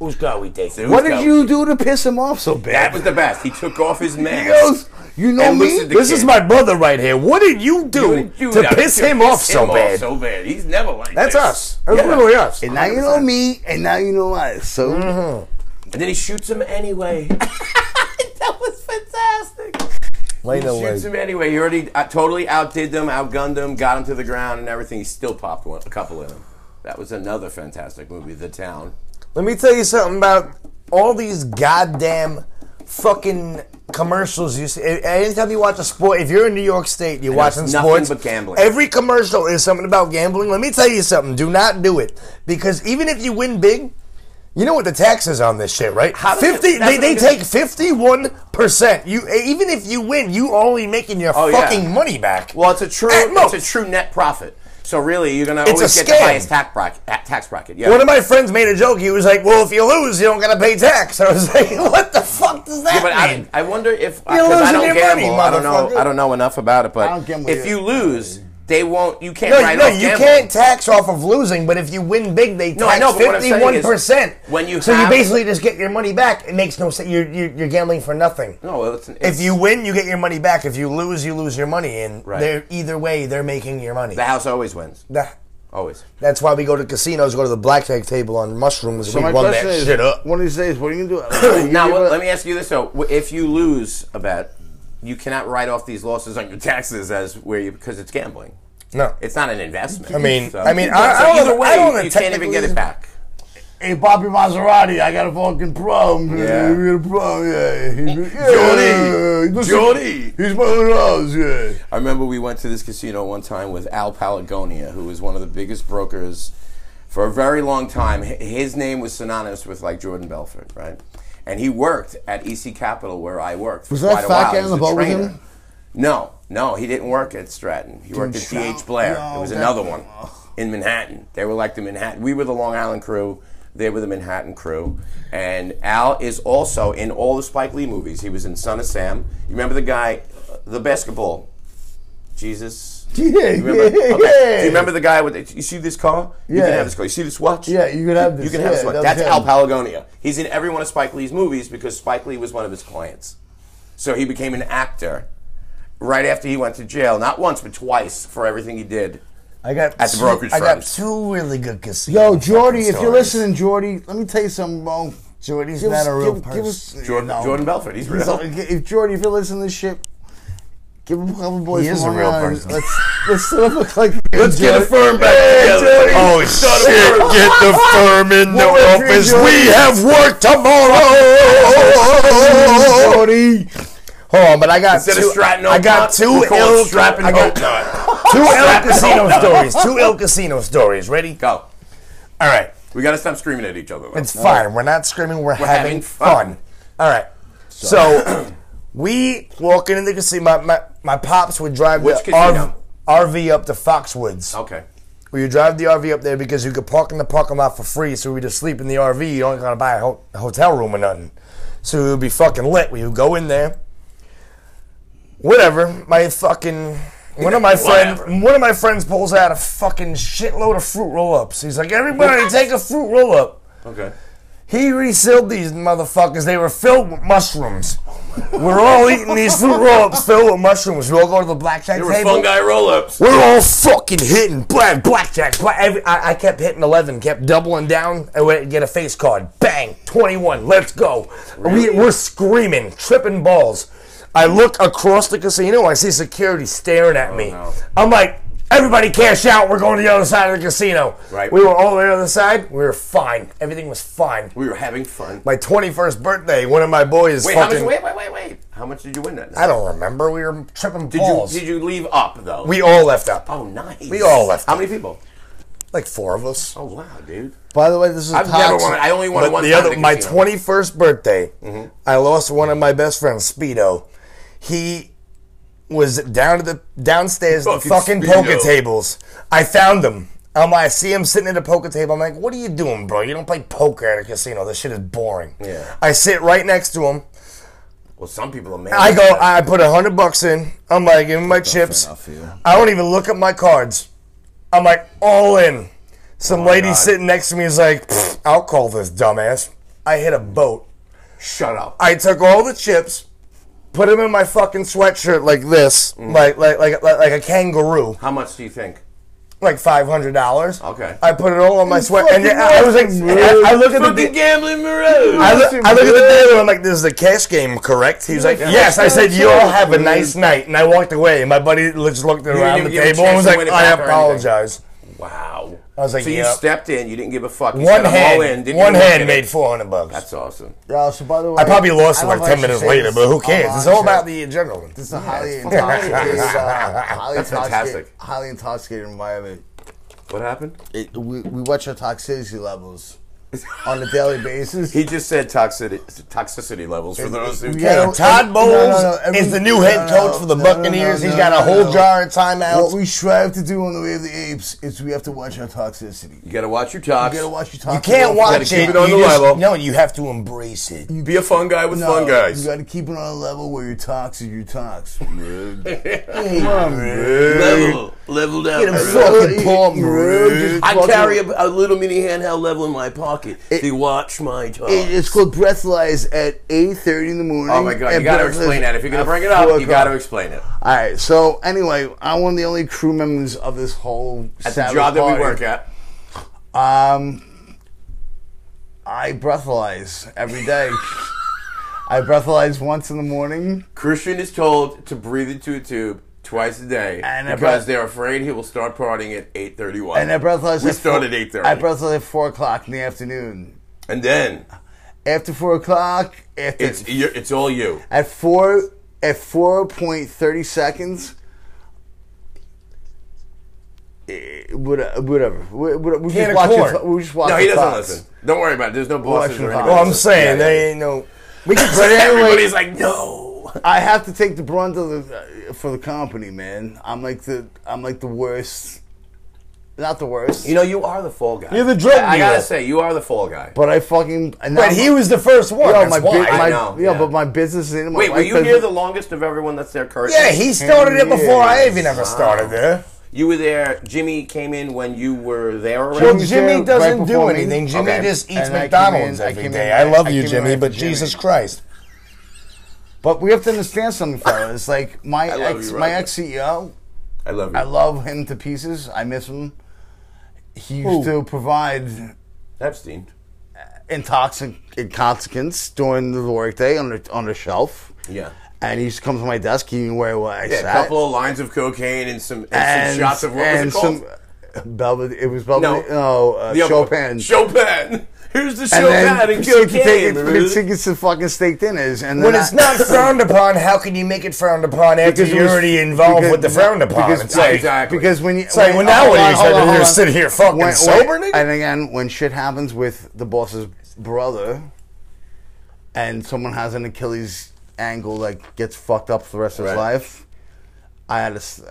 Speaker 2: Who's got we take?
Speaker 1: Who's
Speaker 3: what did
Speaker 1: got-
Speaker 3: you do to piss him off so bad?
Speaker 1: That was the best. He took off his mask.
Speaker 3: He goes, you know
Speaker 1: And
Speaker 3: me.
Speaker 1: listen to
Speaker 2: This is
Speaker 1: kid.
Speaker 2: my brother right here. What did you do
Speaker 1: You- you-
Speaker 2: to
Speaker 1: that-
Speaker 2: piss
Speaker 1: to
Speaker 2: him off so
Speaker 1: him
Speaker 2: bad?
Speaker 1: So bad. He's never like
Speaker 2: That's
Speaker 1: this.
Speaker 2: us. That's
Speaker 1: Yeah.
Speaker 2: literally us.
Speaker 3: and now you know me, and now you know us. So
Speaker 1: Mm. And then he shoots him
Speaker 2: [LAUGHS]
Speaker 1: anyway. that was fantastic.
Speaker 2: Wait a
Speaker 1: Shoots him anyway. He already uh, totally outdid them, outgunned them, got him to the ground and everything. He still popped one, a couple in them. That was another fantastic movie, The Town.
Speaker 2: Let me tell you something about all these goddamn fucking commercials you see. A- Anytime you watch a sport, if you're in New York State, you're watching
Speaker 1: it's nothing
Speaker 2: sports.
Speaker 1: but gambling.
Speaker 2: Every commercial is something about gambling. Let me tell you something. Do not do it because even if you win big. You know what the taxes on this shit, right?
Speaker 1: How does it-
Speaker 2: Fifty.
Speaker 1: that's
Speaker 2: They,
Speaker 1: what
Speaker 2: they
Speaker 1: I'm gonna-
Speaker 2: take fifty-one percent. You even if you win, you only making your
Speaker 1: Oh, yeah.
Speaker 2: fucking money back.
Speaker 1: Well, it's a true,
Speaker 2: At
Speaker 1: it's a
Speaker 2: most.
Speaker 1: true net profit. So really, you're gonna
Speaker 2: It's
Speaker 1: always
Speaker 2: a
Speaker 1: get the
Speaker 2: scam.
Speaker 1: highest tax bracket. Tax bracket. Yeah.
Speaker 2: One of my friends made a joke. He was like, "Well, if you lose, you don't gotta pay tax." [LAUGHS] I was like, "What the fuck does that
Speaker 1: Yeah, but
Speaker 2: mean?"
Speaker 1: I, I wonder if
Speaker 2: You're
Speaker 1: because I
Speaker 2: losing
Speaker 1: don't
Speaker 2: your
Speaker 1: gamble,
Speaker 2: money,
Speaker 1: I don't know.
Speaker 2: motherfucker.
Speaker 1: I don't know enough about it.
Speaker 3: I don't
Speaker 1: But
Speaker 3: gamble
Speaker 1: if
Speaker 3: either.
Speaker 1: you lose, they won't. You can't.
Speaker 2: No,
Speaker 1: write
Speaker 2: no,
Speaker 1: off
Speaker 2: you
Speaker 1: gambling.
Speaker 2: can't tax off of losing, but if you win big, they
Speaker 1: No, I
Speaker 2: tax
Speaker 1: know, but what I'm saying
Speaker 2: fifty-one
Speaker 1: is,
Speaker 2: percent.
Speaker 1: when you
Speaker 2: so
Speaker 1: have-
Speaker 2: you basically just get your money back. It makes no sense. You're you're, you're gambling for nothing.
Speaker 1: No, it's, it's,
Speaker 2: If you win, you get your money back. If you lose, you lose your money. And
Speaker 1: Right.
Speaker 2: they're either way, they're making your money.
Speaker 1: the house always wins,
Speaker 2: That-
Speaker 1: always.
Speaker 2: that's why we go to casinos, go to the blackjack table on mushrooms.
Speaker 4: So
Speaker 2: we
Speaker 4: my
Speaker 2: run that
Speaker 4: question is,
Speaker 2: shit up.
Speaker 4: one of these days, what are you
Speaker 2: [COUGHS]
Speaker 4: gonna do? You
Speaker 1: Now,
Speaker 4: give
Speaker 1: let-
Speaker 4: a-
Speaker 1: let me ask you this though: W- if you lose a bet, you cannot write off these losses on your taxes as where you because it's gambling.
Speaker 2: No,
Speaker 1: It's not an investment.
Speaker 2: I mean-
Speaker 1: so,
Speaker 2: I mean, I-
Speaker 1: so
Speaker 2: I don't
Speaker 1: either
Speaker 2: know-
Speaker 1: way,
Speaker 2: I don't know
Speaker 1: you can't even get
Speaker 2: technically-
Speaker 1: it back.
Speaker 4: Hey, Bobby Maserati, I got a fucking problem.
Speaker 1: Yeah.
Speaker 4: We got a problem. Yeah.
Speaker 1: Johnny!
Speaker 4: Yeah. Listen,
Speaker 1: Johnny!
Speaker 4: He's my own house. Yeah.
Speaker 1: I remember we went to this casino one time with Al Palagonia, who was one of the biggest brokers for a very long time. H- His name was synonymous with like Jordan Belfort, right? And he worked at EC Capital where I worked. For
Speaker 4: Was that
Speaker 1: quite a
Speaker 4: fat guy
Speaker 1: while. He
Speaker 4: on
Speaker 1: was
Speaker 4: the
Speaker 1: a
Speaker 4: boat with
Speaker 1: trainer.
Speaker 4: him?
Speaker 1: No, no, he didn't work at Stratton. He worked at
Speaker 4: Shout-
Speaker 1: DH Blair.
Speaker 4: No,
Speaker 1: it was
Speaker 4: that-
Speaker 1: another one in Manhattan. They were like the Manhattan. We were the Long Island crew. They were the Manhattan crew. And Al is also in all the Spike Lee movies. He was in Son of Sam. You remember the guy, uh, the basketball Jesus.
Speaker 4: [LAUGHS] Yeah,
Speaker 1: You remember?
Speaker 4: yeah,
Speaker 1: Okay.
Speaker 4: yeah.
Speaker 1: Do you remember the guy with the, you see this car? You
Speaker 4: Yeah.
Speaker 1: can have this car. You see this watch?
Speaker 4: Yeah, you can have
Speaker 1: You
Speaker 4: this.
Speaker 1: can have this
Speaker 4: Yeah,
Speaker 1: watch.
Speaker 4: that was
Speaker 1: That's Al
Speaker 4: him.
Speaker 1: Palagonia. He's in every one of Spike Lee's movies because Spike Lee was one of his clients. So he became an actor right after he went to jail, not once but twice for everything he did.
Speaker 2: I got
Speaker 1: At the
Speaker 2: two,
Speaker 1: brokerage
Speaker 2: I got
Speaker 1: firms.
Speaker 2: two really good casinos.
Speaker 4: Yo, Oh, Jordy, if you're listening, Jordy, let me tell you something, bro.
Speaker 2: Jordy's
Speaker 4: Give
Speaker 2: not
Speaker 4: us-
Speaker 2: a real
Speaker 4: give- give
Speaker 2: person.
Speaker 4: us-
Speaker 1: Jordan,
Speaker 4: No.
Speaker 1: Jordan Belfort, he's real.
Speaker 4: So, [LAUGHS] if Jordy, if you're listening to this shit, give him a couple boys.
Speaker 2: He is
Speaker 4: from Long
Speaker 2: a real
Speaker 4: Island.
Speaker 2: person.
Speaker 4: Let's let's set up a like.
Speaker 1: Let's get a firm back together.
Speaker 2: Oh
Speaker 1: Son of a
Speaker 2: shit!
Speaker 1: bitch.
Speaker 2: Get the firm in the
Speaker 4: What would you
Speaker 2: office.
Speaker 4: do?
Speaker 2: We have work tomorrow.
Speaker 4: Jordy.
Speaker 2: Hold on, but I got
Speaker 1: Instead
Speaker 2: two.
Speaker 1: of Stratton
Speaker 2: I got
Speaker 1: Oakmont,
Speaker 2: two
Speaker 1: we call it
Speaker 2: ill.
Speaker 1: Stratton
Speaker 2: I got
Speaker 1: Oakmont.
Speaker 4: [LAUGHS]
Speaker 2: two ill
Speaker 1: Stratton
Speaker 2: casino
Speaker 1: Oakmont.
Speaker 2: stories. Two ill casino stories. Ready?
Speaker 1: Go.
Speaker 2: All right.
Speaker 1: We gotta stop screaming at each other.
Speaker 2: It's fine. We're not screaming. We're, having,
Speaker 1: having
Speaker 2: fun.
Speaker 1: fun.
Speaker 2: All right. So we walk into the casino. My, my, my pops would drive
Speaker 1: Which
Speaker 2: the
Speaker 1: casino?
Speaker 2: RV, RV up to Foxwoods.
Speaker 1: Okay.
Speaker 2: We would drive the RV up there because you could park in the parking lot for free. So we would just sleep in the RV. You don't gotta buy a ho- hotel room or nothing. So we would be fucking lit. We would go in there. Whatever. My fucking one of my friends
Speaker 1: Whatever.
Speaker 2: one of my friends pulls out a fucking shitload of fruit roll ups. He's like, everybody take a fruit roll up.
Speaker 1: Okay.
Speaker 2: He resealed these motherfuckers. They were filled with mushrooms.
Speaker 1: Oh
Speaker 2: We're all eating these fruit roll-ups filled with mushrooms. We all go to the blackjack
Speaker 1: There
Speaker 2: table.
Speaker 1: were fungi roll-ups.
Speaker 2: We're all fucking hitting black blackjack. Black, every, I, I kept hitting eleven, kept doubling down, and we get a face card. Bang, twenty-one. Let's go. We, we're screaming, tripping balls. I look across the casino. I see security staring at me.
Speaker 1: Oh, no.
Speaker 2: I'm like, everybody cash out. We're going to the other side of the casino.
Speaker 1: Right.
Speaker 2: We were all on the other side. We were fine. Everything was fine.
Speaker 1: We were having fun.
Speaker 2: My twenty-first birthday. One of my boys.
Speaker 1: Wait, how much
Speaker 2: fucking,
Speaker 1: wait, wait, wait, wait. How much did you win that night?
Speaker 2: I don't remember. We were tripping
Speaker 1: Did you
Speaker 2: balls.
Speaker 1: did you leave up though?
Speaker 2: we all left up.
Speaker 1: oh nice.
Speaker 2: We all left
Speaker 1: How many people?
Speaker 2: Like four of us.
Speaker 1: Oh wow, dude.
Speaker 4: By the way, this is
Speaker 1: I've
Speaker 4: toxic.
Speaker 1: never won. I only won
Speaker 2: But
Speaker 1: it one
Speaker 2: the
Speaker 1: time
Speaker 2: other,
Speaker 1: at the
Speaker 2: my
Speaker 1: casino. Mm-hmm.
Speaker 2: twenty first birthday, I lost one of my best friends, Speedo. He was down to the downstairs at the
Speaker 1: Fucking
Speaker 2: fucking
Speaker 1: Speedo.
Speaker 2: poker tables. I found him. I'm like, I see him sitting at a poker table. I'm like, what are you doing, bro? You don't play poker at a casino. This shit is boring.
Speaker 1: Yeah.
Speaker 2: I sit right next to him.
Speaker 1: Well, some people are mad.
Speaker 2: I
Speaker 1: at
Speaker 2: go,
Speaker 1: that.
Speaker 2: I put a hundred bucks in. I'm like, give me my chips. I don't even look at my cards. I'm like, all in. Some lady
Speaker 1: Oh God.
Speaker 2: sitting next to me is like, "Pfft, I'll call this dumbass. I hit a boat.
Speaker 1: shut up.
Speaker 2: I took all the chips, put them in my fucking sweatshirt like this,
Speaker 1: Mm.
Speaker 2: like, like like like like a kangaroo,
Speaker 1: How much do you think?
Speaker 2: like five hundred dollars.
Speaker 1: Okay.
Speaker 2: I put it all on my sweat, and
Speaker 4: fucking
Speaker 2: I was like,
Speaker 4: right.
Speaker 2: I, I look at the.
Speaker 1: Fucking
Speaker 2: di-
Speaker 1: gambling Moreau.
Speaker 2: I look, I look at the dealer and I'm like, this is a cash game, correct? He's like, yes. I said, you all have a nice night. And I walked away. And my buddy just looked around the
Speaker 1: Mm. even give him a
Speaker 2: table and
Speaker 1: chance
Speaker 2: was
Speaker 1: to
Speaker 2: like,
Speaker 1: win it
Speaker 2: I
Speaker 1: back or anything."
Speaker 2: apologize.
Speaker 1: wow.
Speaker 2: I was like,
Speaker 1: so you
Speaker 2: yep.
Speaker 1: stepped in. You didn't give a fuck. You
Speaker 2: One
Speaker 1: said, I'm all in.
Speaker 2: hand,
Speaker 1: Didn't
Speaker 2: one
Speaker 1: even look
Speaker 2: hand
Speaker 1: at
Speaker 2: made
Speaker 1: it.
Speaker 2: 400 bucks.
Speaker 1: That's awesome.
Speaker 4: Yeah, so by the way,
Speaker 2: I probably lost it
Speaker 4: I
Speaker 2: like
Speaker 4: love
Speaker 2: 10
Speaker 4: how
Speaker 2: minutes
Speaker 4: she
Speaker 2: later,
Speaker 4: says
Speaker 2: but who cares? It's all
Speaker 4: online
Speaker 2: about
Speaker 4: shit.
Speaker 2: the adrenaline.
Speaker 4: It's a highly
Speaker 1: it's fucking
Speaker 4: intoxicating,
Speaker 1: crazy.
Speaker 4: uh, highly
Speaker 1: [LAUGHS] That's
Speaker 4: intoxicating,
Speaker 1: fantastic.
Speaker 4: highly intoxicating environment.
Speaker 1: What happened? [LAUGHS]
Speaker 4: It, we, we watch our toxicity levels on a daily basis.
Speaker 1: He just said toxicity toxicity levels for those who.
Speaker 4: Yeah.
Speaker 2: Yo,
Speaker 4: no,
Speaker 2: Todd
Speaker 4: every-
Speaker 2: Bowles
Speaker 4: no, no, no, every-
Speaker 2: is the new head
Speaker 4: no, no,
Speaker 2: coach for the
Speaker 4: no, no,
Speaker 2: Buccaneers.
Speaker 4: no,
Speaker 2: He's
Speaker 4: no,
Speaker 2: got a
Speaker 4: no,
Speaker 2: whole
Speaker 4: no.
Speaker 2: jar of
Speaker 4: what
Speaker 2: timeouts.
Speaker 4: we strive to do on the way of the apes is we have to watch our toxicity.
Speaker 1: You gotta watch your tox.
Speaker 4: You gotta watch your toxicity.
Speaker 2: you can't watch
Speaker 1: keep
Speaker 2: it.
Speaker 1: it on
Speaker 2: you
Speaker 1: the
Speaker 2: just-
Speaker 1: level.
Speaker 2: No, you have to embrace it.
Speaker 1: Be a fun guy with fun guys.
Speaker 4: You gotta keep
Speaker 1: [LAUGHS]
Speaker 4: it on a level where you're toxic, you're toxic.
Speaker 1: Level. leveled out.
Speaker 2: Get him
Speaker 1: bro.
Speaker 2: fucking pumped, bro.
Speaker 3: Just
Speaker 1: I
Speaker 3: fucking-
Speaker 1: carry a, a little mini handheld level in my pocket. they watch my talk.
Speaker 3: It- it's called Breathalyze at 8.30 in the morning.
Speaker 1: oh my god, you
Speaker 3: And
Speaker 1: got to
Speaker 3: Breathalyze
Speaker 1: explain that. If you're gonna
Speaker 3: at
Speaker 1: bring it up,
Speaker 3: four
Speaker 1: you got to
Speaker 3: o'clock.
Speaker 1: explain it.
Speaker 3: All right. So anyway, I'm one of the only crew members of this whole
Speaker 1: At the
Speaker 3: Sabbath
Speaker 1: job that we
Speaker 3: party.
Speaker 1: work at.
Speaker 3: Um, I breathalyze every day. I breathalyze once in the morning.
Speaker 1: Christian is told to breathe into a tube twice a day
Speaker 3: And I
Speaker 1: because
Speaker 3: breath-
Speaker 1: they're afraid he will start partying at 8.31.
Speaker 3: And I breathalyze.
Speaker 1: We
Speaker 3: at
Speaker 1: start
Speaker 3: four-
Speaker 1: at 8:30.
Speaker 3: I breathalyze at four o'clock in the afternoon.
Speaker 1: And then
Speaker 3: After four o'clock, after
Speaker 1: it's you're, it's all you.
Speaker 3: at four at four point thirty seconds. eh, Whatever, whatever. We, we, we
Speaker 2: Can
Speaker 3: just
Speaker 2: of
Speaker 3: watch
Speaker 2: corn.
Speaker 3: it, we just watch
Speaker 1: No, he
Speaker 3: the
Speaker 1: doesn't
Speaker 3: Fox.
Speaker 1: listen. Don't worry about it. There's no bosses
Speaker 3: Watching
Speaker 1: or
Speaker 3: Fox.
Speaker 1: anything.
Speaker 2: Well, I'm saying
Speaker 1: Yeah, yeah.
Speaker 2: there ain't no. We can
Speaker 1: But
Speaker 2: say
Speaker 1: everybody's like, no.
Speaker 3: I have to take the brunt of the for the company, man. I'm like the I'm like the worst, not the worst,
Speaker 1: You know, you are the fall guy.
Speaker 2: You're the drug
Speaker 1: I, I gotta
Speaker 2: dealer.
Speaker 1: say, you are the fall guy.
Speaker 3: but I fucking. and now
Speaker 2: But he was the first one.
Speaker 3: yo,
Speaker 2: that's
Speaker 3: my,
Speaker 2: why.
Speaker 3: bi- my
Speaker 1: I know,
Speaker 3: yo,
Speaker 1: yeah.
Speaker 3: but my business is in my
Speaker 1: Wait, were
Speaker 3: life
Speaker 1: you here
Speaker 3: business-
Speaker 1: the longest of everyone that's there currently?
Speaker 2: yeah, he started it before I
Speaker 3: Yes.
Speaker 2: even ever started there.
Speaker 1: You were there. Jimmy came in when you were there already.
Speaker 2: Well,
Speaker 3: Jimmy's there
Speaker 2: Jimmy
Speaker 3: right
Speaker 2: doesn't do
Speaker 3: before me.
Speaker 2: anything. Jimmy
Speaker 1: Okay.
Speaker 2: just eats
Speaker 3: And I came
Speaker 2: McDonald's
Speaker 3: in- I
Speaker 2: every
Speaker 3: came
Speaker 2: day.
Speaker 3: in-
Speaker 2: I love
Speaker 3: I
Speaker 2: you,
Speaker 3: came in
Speaker 2: Jimmy,
Speaker 3: right
Speaker 2: but
Speaker 3: for Jimmy.
Speaker 2: Jesus Christ.
Speaker 3: But we have to understand something, fellas. Like my
Speaker 1: I love
Speaker 3: ex,
Speaker 1: you,
Speaker 3: my
Speaker 1: Roger.
Speaker 3: ex CEO,
Speaker 1: I love you.
Speaker 3: I love him to pieces. I miss him. He used
Speaker 2: Who?
Speaker 3: to provide
Speaker 1: Epstein.
Speaker 3: intoxic inconsequence during the workday on the on the shelf.
Speaker 1: Yeah.
Speaker 3: And he used to come to my desk, he knew where I
Speaker 1: Yeah,
Speaker 3: sat.
Speaker 1: a couple of lines of cocaine and some, and some shots of what was
Speaker 3: and
Speaker 1: it called?
Speaker 3: Some, Belved- it was Belvedere.
Speaker 1: No.
Speaker 3: No, uh,
Speaker 1: The other one.
Speaker 3: Chopin.
Speaker 1: Chopin. [LAUGHS] Here's the
Speaker 3: and
Speaker 1: Chopin
Speaker 3: then
Speaker 1: and
Speaker 3: so you can take
Speaker 1: cocaine.
Speaker 3: it, it's it gets to fucking steak dinners, and then
Speaker 2: When it's
Speaker 3: I-
Speaker 2: not frowned upon, how can you make it frowned upon after
Speaker 3: [LAUGHS] because it
Speaker 2: you're
Speaker 3: was-
Speaker 2: already involved
Speaker 3: because-
Speaker 2: with the frowned upon?
Speaker 3: because-
Speaker 2: it's like,
Speaker 1: Exactly.
Speaker 3: Because when you
Speaker 2: It's like, well,
Speaker 3: hold on,
Speaker 2: nowadays, I'd
Speaker 3: hold on,
Speaker 2: rather
Speaker 3: hold on.
Speaker 2: sit here fucking sober, nigga.
Speaker 3: And again, when shit happens with the boss's brother, and someone has an Achilles angle that gets fucked up for the rest of his
Speaker 1: Right.
Speaker 3: life, I had to, s-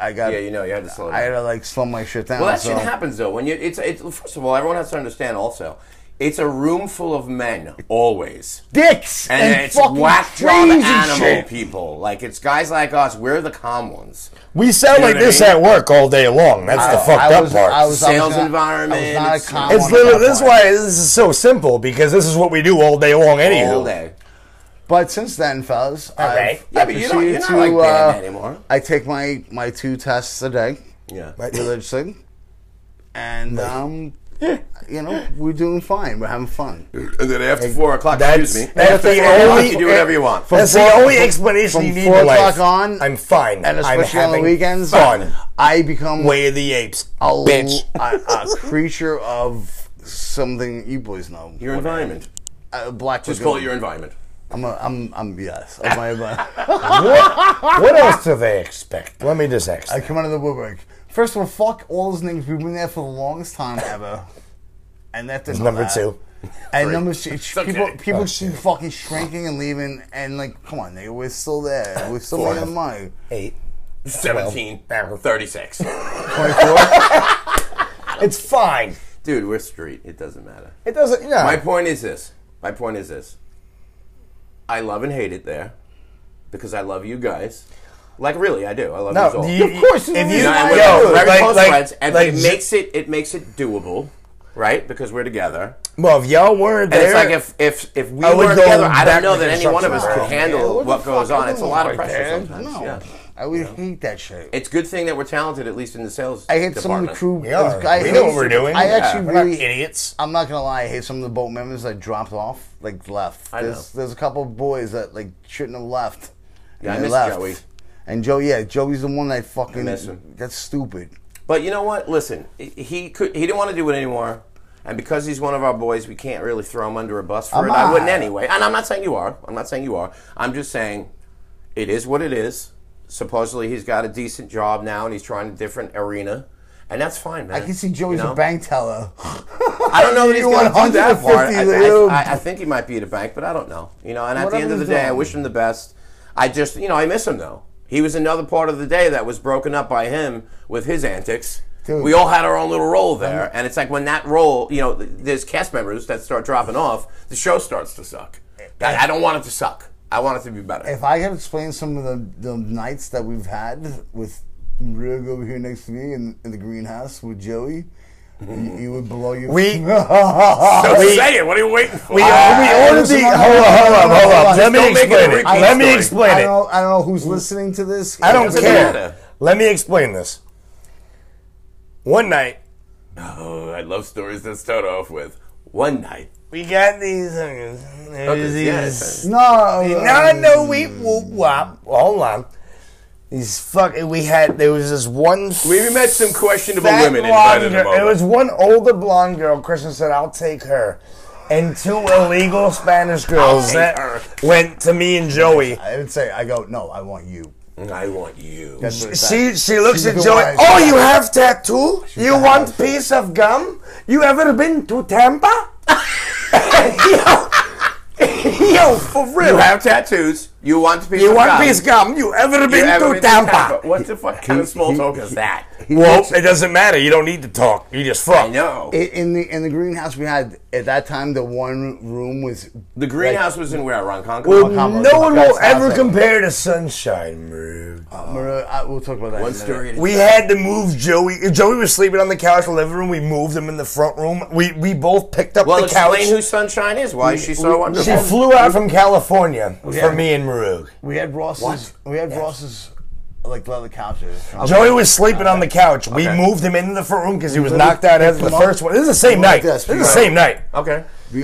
Speaker 3: I got,
Speaker 1: Yeah, you know, you had to slow down.
Speaker 3: I had to like slow my shit down.
Speaker 1: Well, that shit
Speaker 3: so-
Speaker 1: happens though. When you, it's, it's first of all, everyone has to understand. Also, it's a room full of men always,
Speaker 3: Dicks
Speaker 1: and,
Speaker 3: and,
Speaker 1: it's
Speaker 3: fucking
Speaker 1: whack job
Speaker 3: crazy
Speaker 1: animal
Speaker 3: shit.
Speaker 1: people. Like it's guys like us. We're the calm ones.
Speaker 2: we sound
Speaker 1: You know
Speaker 2: like
Speaker 1: what I
Speaker 2: this
Speaker 1: mean?
Speaker 2: at work all day long. That's the fucked
Speaker 3: I
Speaker 2: up
Speaker 3: was-
Speaker 2: part.
Speaker 3: I was- I was
Speaker 1: Sales
Speaker 3: not-
Speaker 1: environment,
Speaker 3: I was not a
Speaker 1: it's-
Speaker 2: it's
Speaker 3: con- I wanna
Speaker 2: literally, this is
Speaker 3: talk about it.
Speaker 2: why this is so simple because this is what we do all day long, anywho.
Speaker 1: All day.
Speaker 3: But since then, fellas, I've,
Speaker 2: right.
Speaker 3: I've
Speaker 1: Yeah, but you don't- you're
Speaker 3: proceeded
Speaker 1: not
Speaker 3: to,
Speaker 1: like banned
Speaker 3: uh,
Speaker 1: anymore.
Speaker 3: I take my my two tests a day
Speaker 1: Yeah.
Speaker 3: religiously, and um, you know we're doing fine. We're having fun.
Speaker 1: And then after four o'clock,
Speaker 2: That's-
Speaker 1: excuse me.
Speaker 2: that's
Speaker 1: after
Speaker 2: the
Speaker 1: four o'clock,
Speaker 2: only-
Speaker 1: you do whatever you want.
Speaker 2: That's the
Speaker 3: four-
Speaker 2: only
Speaker 3: from-
Speaker 2: explanation
Speaker 3: from
Speaker 2: you need
Speaker 3: four
Speaker 2: in life.
Speaker 3: o'clock on,
Speaker 2: I'm fine. I'm
Speaker 3: And especially on
Speaker 2: having
Speaker 3: the weekends,
Speaker 2: Fun.
Speaker 3: I become
Speaker 2: Way of the apes.
Speaker 3: a, l-
Speaker 2: bitch.
Speaker 3: a, a creature of something you boys know.
Speaker 1: Your environment.
Speaker 3: a black.
Speaker 1: Just call it your environment.
Speaker 3: I'm. A, I'm. I'm. Yes.
Speaker 1: [LAUGHS]
Speaker 3: I'm a,
Speaker 2: what else do they expect? Let me just ask.
Speaker 3: I come out of the woodwork. First of all, fuck all those names. We've been there for the longest
Speaker 2: [LAUGHS]
Speaker 3: time ever. And that does
Speaker 2: Number
Speaker 3: that.
Speaker 2: two.
Speaker 3: And number two, it's
Speaker 1: okay.
Speaker 3: people people
Speaker 2: Oh,
Speaker 3: keep fucking shrinking and leaving, and like, come on, nigga, we're still there. We're still making money.
Speaker 2: Eight.
Speaker 1: 17,
Speaker 2: Well, [LAUGHS]
Speaker 1: 36.
Speaker 2: It's fine.
Speaker 1: Dude, we're street. It doesn't matter.
Speaker 2: It doesn't. Yeah.
Speaker 1: My point is this. My point is this. I love and hate it there because I love you guys. Like really, I do. I love you all.
Speaker 2: no, you,
Speaker 3: Of course,
Speaker 2: If you,
Speaker 1: You know, and
Speaker 3: I
Speaker 1: we're
Speaker 2: yo,
Speaker 1: very
Speaker 2: like,
Speaker 1: close
Speaker 2: like,
Speaker 1: friends, and
Speaker 2: like,
Speaker 1: it makes it it makes it doable, right? Because we're together.
Speaker 2: Well, if y'all weren't
Speaker 1: And
Speaker 2: there,
Speaker 1: it's like if if if we
Speaker 2: I would
Speaker 1: were
Speaker 2: go
Speaker 1: together, I don't
Speaker 2: back
Speaker 1: know
Speaker 2: to
Speaker 1: that any one of us
Speaker 2: construction
Speaker 1: could handle
Speaker 3: what the
Speaker 1: what goes
Speaker 3: fuck?
Speaker 1: on. It's a lot of pressure
Speaker 2: there.
Speaker 1: sometimes.
Speaker 3: No,
Speaker 1: Yeah.
Speaker 3: I would hate that shit.
Speaker 1: It's good thing that we're talented, at least in the sales.
Speaker 3: I hate some of
Speaker 1: department.
Speaker 3: the crew.
Speaker 2: We are.
Speaker 3: I
Speaker 2: We
Speaker 3: hate-
Speaker 2: know what we're doing.
Speaker 3: I
Speaker 2: Yeah.
Speaker 3: actually
Speaker 2: We're not
Speaker 3: really
Speaker 2: idiots.
Speaker 3: I'm not gonna lie. I hate some of the boat members that dropped off, like left.
Speaker 1: I
Speaker 3: there's,
Speaker 1: know.
Speaker 3: there's a couple of boys that like shouldn't have left. and
Speaker 1: Yeah, I
Speaker 3: they
Speaker 1: miss Joey.
Speaker 3: And Joe, yeah, Joey's the one that fucking.
Speaker 1: miss him.
Speaker 3: That's stupid.
Speaker 1: But you know what? Listen, he could. He didn't want to do it anymore, and because he's one of our boys, we can't really throw him under a bus for
Speaker 3: I'm
Speaker 1: it. I wouldn't
Speaker 3: not.
Speaker 1: anyway. And I'm not saying you are. I'm not saying you are. I'm just saying it is what it is. Supposedly he's got a decent job now, and he's trying a different arena, and that's fine, man.
Speaker 3: I can see Joey's
Speaker 1: You know?
Speaker 3: a bank teller.
Speaker 1: [LAUGHS] I don't know that he's
Speaker 3: [LAUGHS] You
Speaker 1: going
Speaker 3: want
Speaker 1: to do that far.
Speaker 3: 150
Speaker 1: I,
Speaker 3: little-
Speaker 1: I, I, I think he might be at a bank, but I don't know. You know, and at the
Speaker 3: Whatever
Speaker 1: end of the
Speaker 3: he's
Speaker 1: day, I
Speaker 3: doing.
Speaker 1: wish him the best. I just, you know, I miss him though. He was another part of the day that was broken up by him with his antics.
Speaker 3: Dude.
Speaker 1: We all had our own little role there, and it's like when that role, you know, th- there's cast members that start dropping off, the show starts to suck. I, I don't want it to suck. I want it to be better.
Speaker 3: if I could explain some of the, the nights that we've had with
Speaker 4: Rig over here next to me in, in the greenhouse with Joey, you, you would blow your.
Speaker 2: We-
Speaker 3: [LAUGHS]
Speaker 1: Don't
Speaker 2: We-
Speaker 1: say it. What are you waiting for?
Speaker 2: We,
Speaker 4: I-
Speaker 2: we ordered the.
Speaker 4: listen,
Speaker 2: Uh, Hold
Speaker 4: I-
Speaker 2: up, hold up, hold up. Let me
Speaker 1: Don't make it a
Speaker 2: explain it.
Speaker 1: repeat
Speaker 2: Let me
Speaker 1: story.
Speaker 2: explain
Speaker 4: I
Speaker 2: it.
Speaker 4: don't, know, I don't know who's listening to this.
Speaker 2: I don't
Speaker 1: Doesn't
Speaker 2: care.
Speaker 1: matter.
Speaker 2: Let me explain this. One night,
Speaker 1: oh, I love stories that start off with one night.
Speaker 2: we got these. uh,
Speaker 1: Hookers,
Speaker 2: these-
Speaker 1: yes.
Speaker 4: No,
Speaker 2: No, no, we whoop wop. Hold on. These fuck. We had there was this one.
Speaker 1: We met some questionable
Speaker 2: fat
Speaker 1: women
Speaker 2: blonde
Speaker 1: invited them
Speaker 2: girl- It
Speaker 1: over.
Speaker 2: was one older blonde girl. Christian said, "I'll take her," and two illegal Spanish girls
Speaker 1: take
Speaker 2: that
Speaker 1: her.
Speaker 2: went to me and Joey.
Speaker 4: I would say I go. No, I want you.
Speaker 1: Mm, I want you.
Speaker 4: That's what it's
Speaker 2: She she looks
Speaker 4: She's
Speaker 2: at
Speaker 4: the
Speaker 2: Joey.
Speaker 4: one.
Speaker 2: Oh, you have tattoo? you
Speaker 4: got
Speaker 2: want
Speaker 4: it.
Speaker 2: piece of gum? You ever been to Tampa? [LAUGHS] yo, [LAUGHS] yo, for real.
Speaker 1: You have tattoos. You want to be.
Speaker 2: You want piece gum? You ever been to Tampa?
Speaker 1: What the fuck kind of small
Speaker 4: he-
Speaker 1: talk is that?
Speaker 2: Well, it doesn't matter. You don't need to talk. You just fuck.
Speaker 1: I know.
Speaker 4: I- In the in the greenhouse we had at that time, the one room was
Speaker 1: The greenhouse was in where? Ronkonkoma?
Speaker 2: Well,
Speaker 4: Combo,
Speaker 2: no one
Speaker 4: that's
Speaker 2: will ever
Speaker 4: awesome.
Speaker 2: compare to Sunshine, man.
Speaker 4: Maria, I, uh, we'll talk about that.
Speaker 1: One
Speaker 4: in a minute.
Speaker 1: story at a
Speaker 2: We had to move Joey. Joey was sleeping on the couch in the living room. We moved him in the front room. We we both picked up
Speaker 1: Well,
Speaker 2: the couch.
Speaker 1: explain who Sunshine is. Why is she so
Speaker 2: She
Speaker 1: wonderful?
Speaker 2: flew out from California for me and Marug.
Speaker 4: We had Ross's. We had Ross's like leather couches.
Speaker 2: Joey was sleeping on the couch. We moved him into the front room because he was knocked out after the
Speaker 4: Come on.
Speaker 2: first one. This is the same
Speaker 4: Come on,
Speaker 2: night. This
Speaker 4: yes,
Speaker 2: is the
Speaker 4: right.
Speaker 2: same night.
Speaker 1: okay.
Speaker 4: We-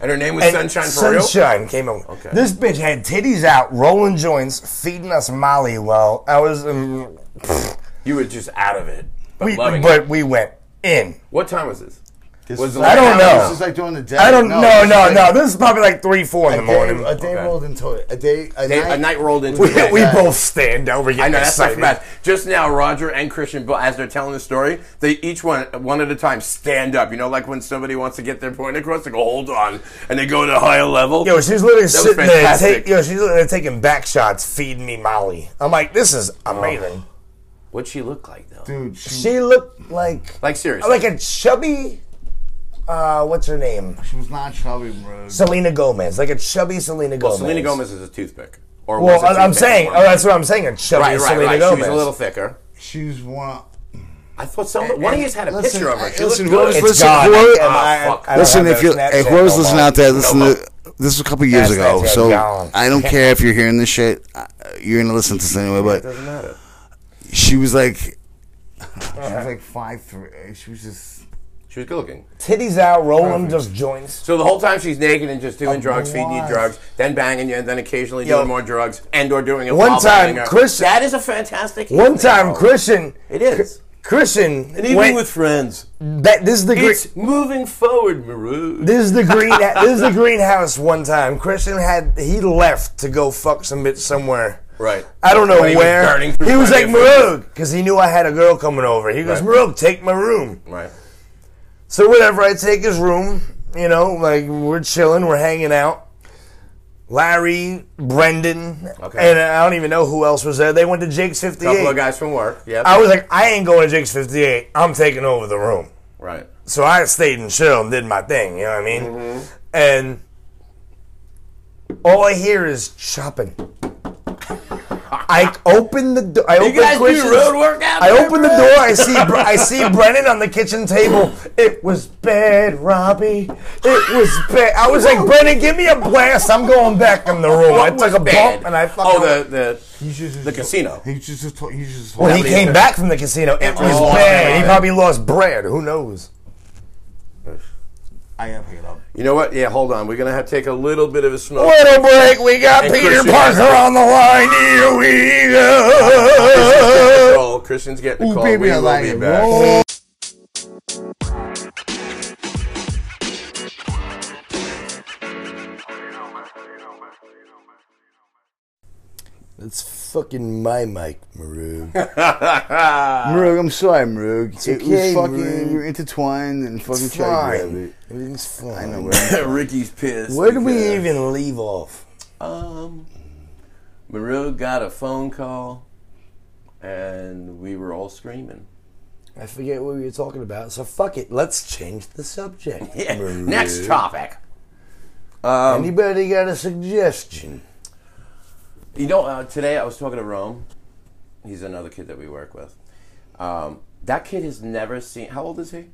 Speaker 1: And her name was
Speaker 2: And
Speaker 1: Sunshine for real?
Speaker 2: Sunshine came over.
Speaker 1: Okay.
Speaker 2: This bitch had titties out, rolling joints, feeding us Molly. Well, I was, um,
Speaker 1: You were just out of it. But
Speaker 2: we,
Speaker 1: loving it.
Speaker 2: but we went in.
Speaker 1: What time was this? was
Speaker 4: is-
Speaker 1: it
Speaker 2: I don't
Speaker 1: late
Speaker 2: know.
Speaker 1: hours?
Speaker 4: This is like during the day.
Speaker 2: I don't. No, no,
Speaker 4: this is
Speaker 2: no.
Speaker 4: like
Speaker 2: This is probably like three, four in the
Speaker 4: A day,
Speaker 2: morning.
Speaker 4: a day
Speaker 1: Okay.
Speaker 4: rolled into it. A day. A,
Speaker 1: Day-
Speaker 4: night,
Speaker 1: a night rolled into
Speaker 2: We,
Speaker 1: the day.
Speaker 2: we both stand over getting
Speaker 1: I know that's not
Speaker 2: excited.
Speaker 1: bad. Just now, Roger and Christian, bo- as they're telling the story, they each one one at a time stand up. You know, like when somebody wants to get their point across, they go hold on, and they go to a higher level.
Speaker 2: Yo, she's literally
Speaker 1: was
Speaker 2: sitting there.
Speaker 1: fantastic.
Speaker 2: Take, yo, she's literally taking back shots, feeding me Molly. I'm like, this is
Speaker 1: Oh.
Speaker 2: amazing.
Speaker 1: What'd she look like though?
Speaker 4: dude. She,
Speaker 2: She looked like
Speaker 1: Like seriously,
Speaker 2: like a chubby. Uh, what's her name?
Speaker 4: she was not chubby, bro.
Speaker 2: Selena Gomez, like a chubby Selena Gomez.
Speaker 1: Selena Gomez is a toothpick. Or was
Speaker 2: Well,
Speaker 1: a
Speaker 2: I- I'm
Speaker 1: toothpick
Speaker 2: saying,
Speaker 1: at
Speaker 2: oh,
Speaker 1: one
Speaker 2: that's what I'm saying. A chubby
Speaker 1: point. right, right,
Speaker 2: Selena
Speaker 1: right.
Speaker 2: Gomez.
Speaker 1: She was a little thicker.
Speaker 4: She was one.
Speaker 1: I thought some one of you had a
Speaker 4: Listen,
Speaker 1: picture of her.
Speaker 4: I-
Speaker 1: She
Speaker 4: listen,
Speaker 1: looked good.
Speaker 2: It's
Speaker 3: Listen,
Speaker 2: gone.
Speaker 3: whoever-
Speaker 2: I- I-
Speaker 1: Ah, fuck.
Speaker 2: I don't
Speaker 3: Listen,
Speaker 2: have
Speaker 3: if
Speaker 2: no
Speaker 3: you
Speaker 2: Snapchat
Speaker 3: if whoever's
Speaker 2: no
Speaker 3: listening
Speaker 2: more.
Speaker 3: out there, listen
Speaker 1: No
Speaker 3: to this was a couple years
Speaker 2: That's
Speaker 3: ago,
Speaker 2: Snapchat
Speaker 3: so
Speaker 2: gone.
Speaker 3: I don't care if you're hearing this shit. uh, You're gonna listen to this anyway. But
Speaker 1: matter.
Speaker 3: she was like,
Speaker 4: She was like five three. She was just.
Speaker 1: She was good looking.
Speaker 2: Titties out, rolling just joints.
Speaker 1: So the whole time she's naked and just doing drugs, feeding you
Speaker 4: blast.
Speaker 1: drugs, then banging you, and then occasionally
Speaker 2: Yo.
Speaker 1: doing more drugs and or doing it
Speaker 2: One
Speaker 1: while
Speaker 2: time,
Speaker 1: banging her.
Speaker 2: Chris-
Speaker 1: That is a fantastic.
Speaker 2: One
Speaker 1: evening,
Speaker 2: time,
Speaker 1: though.
Speaker 2: Christian.
Speaker 1: It is.
Speaker 2: Christian.
Speaker 1: An evening
Speaker 2: went-
Speaker 1: with friends.
Speaker 2: that, this is the green.
Speaker 1: It's moving forward, Maru.
Speaker 2: This is
Speaker 1: [LAUGHS]
Speaker 2: the green. this is the greenhouse. One time, Christian had he left to go fuck some bitch somewhere.
Speaker 1: Right.
Speaker 2: I don't know
Speaker 1: But he was
Speaker 2: where.
Speaker 1: burning through
Speaker 2: he was
Speaker 1: plenty
Speaker 2: like
Speaker 1: of food.
Speaker 2: Marug because he knew I had a girl coming over. He goes,
Speaker 1: Right.
Speaker 2: Marug, take my room.
Speaker 1: Right.
Speaker 2: So whatever, I take his room. You know, like we're chilling, we're hanging out. Larry, Brendan,
Speaker 1: Okay.
Speaker 2: and I don't even know who else was there. They went to Jake's
Speaker 1: Couple of
Speaker 2: 58.
Speaker 1: guys from work. Yep.
Speaker 2: I was like, I ain't going to Jake's 58. I'm taking over the room.
Speaker 1: right.
Speaker 2: So I stayed and chilled and did my thing. You know what I mean?
Speaker 1: Mm-hmm.
Speaker 2: And all I hear is chopping. I open the door. I
Speaker 1: You
Speaker 2: open
Speaker 1: guys
Speaker 2: Christian's-
Speaker 1: do road work out
Speaker 2: I
Speaker 1: there,
Speaker 2: open the
Speaker 1: bro?
Speaker 2: door. I see. Br- I see Brennan on the kitchen table. It was bad, Robbie. It was bad. I was like, Brennan, give me a blast. I'm going back in the room. I
Speaker 1: What was
Speaker 2: took a
Speaker 1: bad?
Speaker 2: bump and I fucking.
Speaker 1: Oh, the the
Speaker 4: He's just.
Speaker 1: the casino.
Speaker 4: He's just. just he just.
Speaker 2: when he
Speaker 1: that
Speaker 2: came
Speaker 1: leader.
Speaker 2: back from the casino, it was
Speaker 1: Oh,
Speaker 2: bad. He
Speaker 1: man.
Speaker 2: probably lost bread. Who knows?
Speaker 4: I am hit up.
Speaker 1: You know what? Yeah. Hold on. We're gonna have to take a little bit of a smoke.
Speaker 2: Little break. We got
Speaker 1: And
Speaker 2: Peter
Speaker 1: Christian-
Speaker 2: Parker on the line. Here we go.
Speaker 1: Oh, Christian's getting the
Speaker 4: Ooh,
Speaker 1: call.
Speaker 4: baby,
Speaker 1: we
Speaker 4: I
Speaker 1: will
Speaker 4: like
Speaker 1: be
Speaker 4: it.
Speaker 1: back.
Speaker 4: Whoa.
Speaker 2: It's fucking my mic, Maru.
Speaker 4: Marug, I'm sorry, Marug. It was
Speaker 2: okay,
Speaker 4: fucking.
Speaker 2: Marug.
Speaker 4: We were intertwined and fucking
Speaker 2: It's
Speaker 4: tried to
Speaker 2: fine.
Speaker 4: grab it.
Speaker 2: Everything's fine.
Speaker 4: I know.
Speaker 1: [LAUGHS] Ricky's pissed.
Speaker 2: Where did
Speaker 1: because-
Speaker 2: we even leave off?
Speaker 1: Um, Maru got a phone call, and we were all screaming.
Speaker 2: I forget what we were talking about. So fuck it. Let's change
Speaker 1: [LAUGHS]
Speaker 2: the subject. Maru.
Speaker 1: Next topic.
Speaker 3: Um,
Speaker 2: Anybody got a suggestion?
Speaker 1: You know, uh, today I was talking to Rome, He's another kid that we work with. Um, that kid has never seen. How old is he?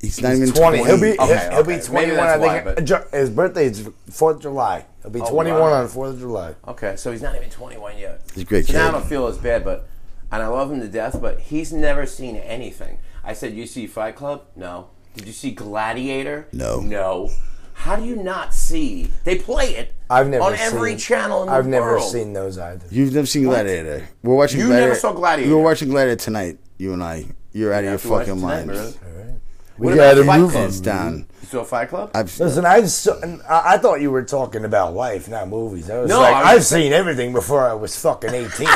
Speaker 3: He's not even
Speaker 2: 20.
Speaker 3: 20.
Speaker 2: He'll be,
Speaker 1: Okay,
Speaker 2: he'll, he'll
Speaker 1: okay.
Speaker 2: be
Speaker 1: Maybe
Speaker 2: 21,
Speaker 1: that's
Speaker 2: I
Speaker 1: why,
Speaker 2: think.
Speaker 1: but- Oh,
Speaker 2: Uh, Ju- His birthday is 4th of July. He'll be 21
Speaker 1: wow.
Speaker 2: on 4th of July.
Speaker 1: Okay, so he's not even 21 yet.
Speaker 3: He's a great
Speaker 1: so now I
Speaker 3: kid.
Speaker 1: don't feel as bad, but and I love him to death, but he's never seen anything. I said, "You see Fight Club? No. Did you see Gladiator?
Speaker 3: No.
Speaker 1: No. How do you not see? They play it.
Speaker 2: I've never
Speaker 1: on
Speaker 2: seen,
Speaker 1: every channel in the
Speaker 2: I've never
Speaker 1: world.
Speaker 2: seen those either.
Speaker 3: You've never seen Gladiator. We're watching
Speaker 1: You never
Speaker 3: Gladiator.
Speaker 1: saw Gladiator.
Speaker 3: We were watching Gladiator tonight, you and I. You're out of your
Speaker 1: Have to watch
Speaker 3: fucking
Speaker 1: tonight,
Speaker 3: mind.
Speaker 1: bro.
Speaker 2: We
Speaker 1: What
Speaker 2: got
Speaker 1: about
Speaker 2: a
Speaker 1: Fight
Speaker 2: movie.
Speaker 1: Club?
Speaker 3: Hands down.
Speaker 1: You saw Fight Club?
Speaker 3: I've,
Speaker 2: Listen, I've so, and I I thought you were talking about life, not movies. I was
Speaker 1: No,
Speaker 2: like,
Speaker 1: I was-
Speaker 2: I've seen everything before I was fucking
Speaker 3: [LAUGHS]
Speaker 2: eighteen.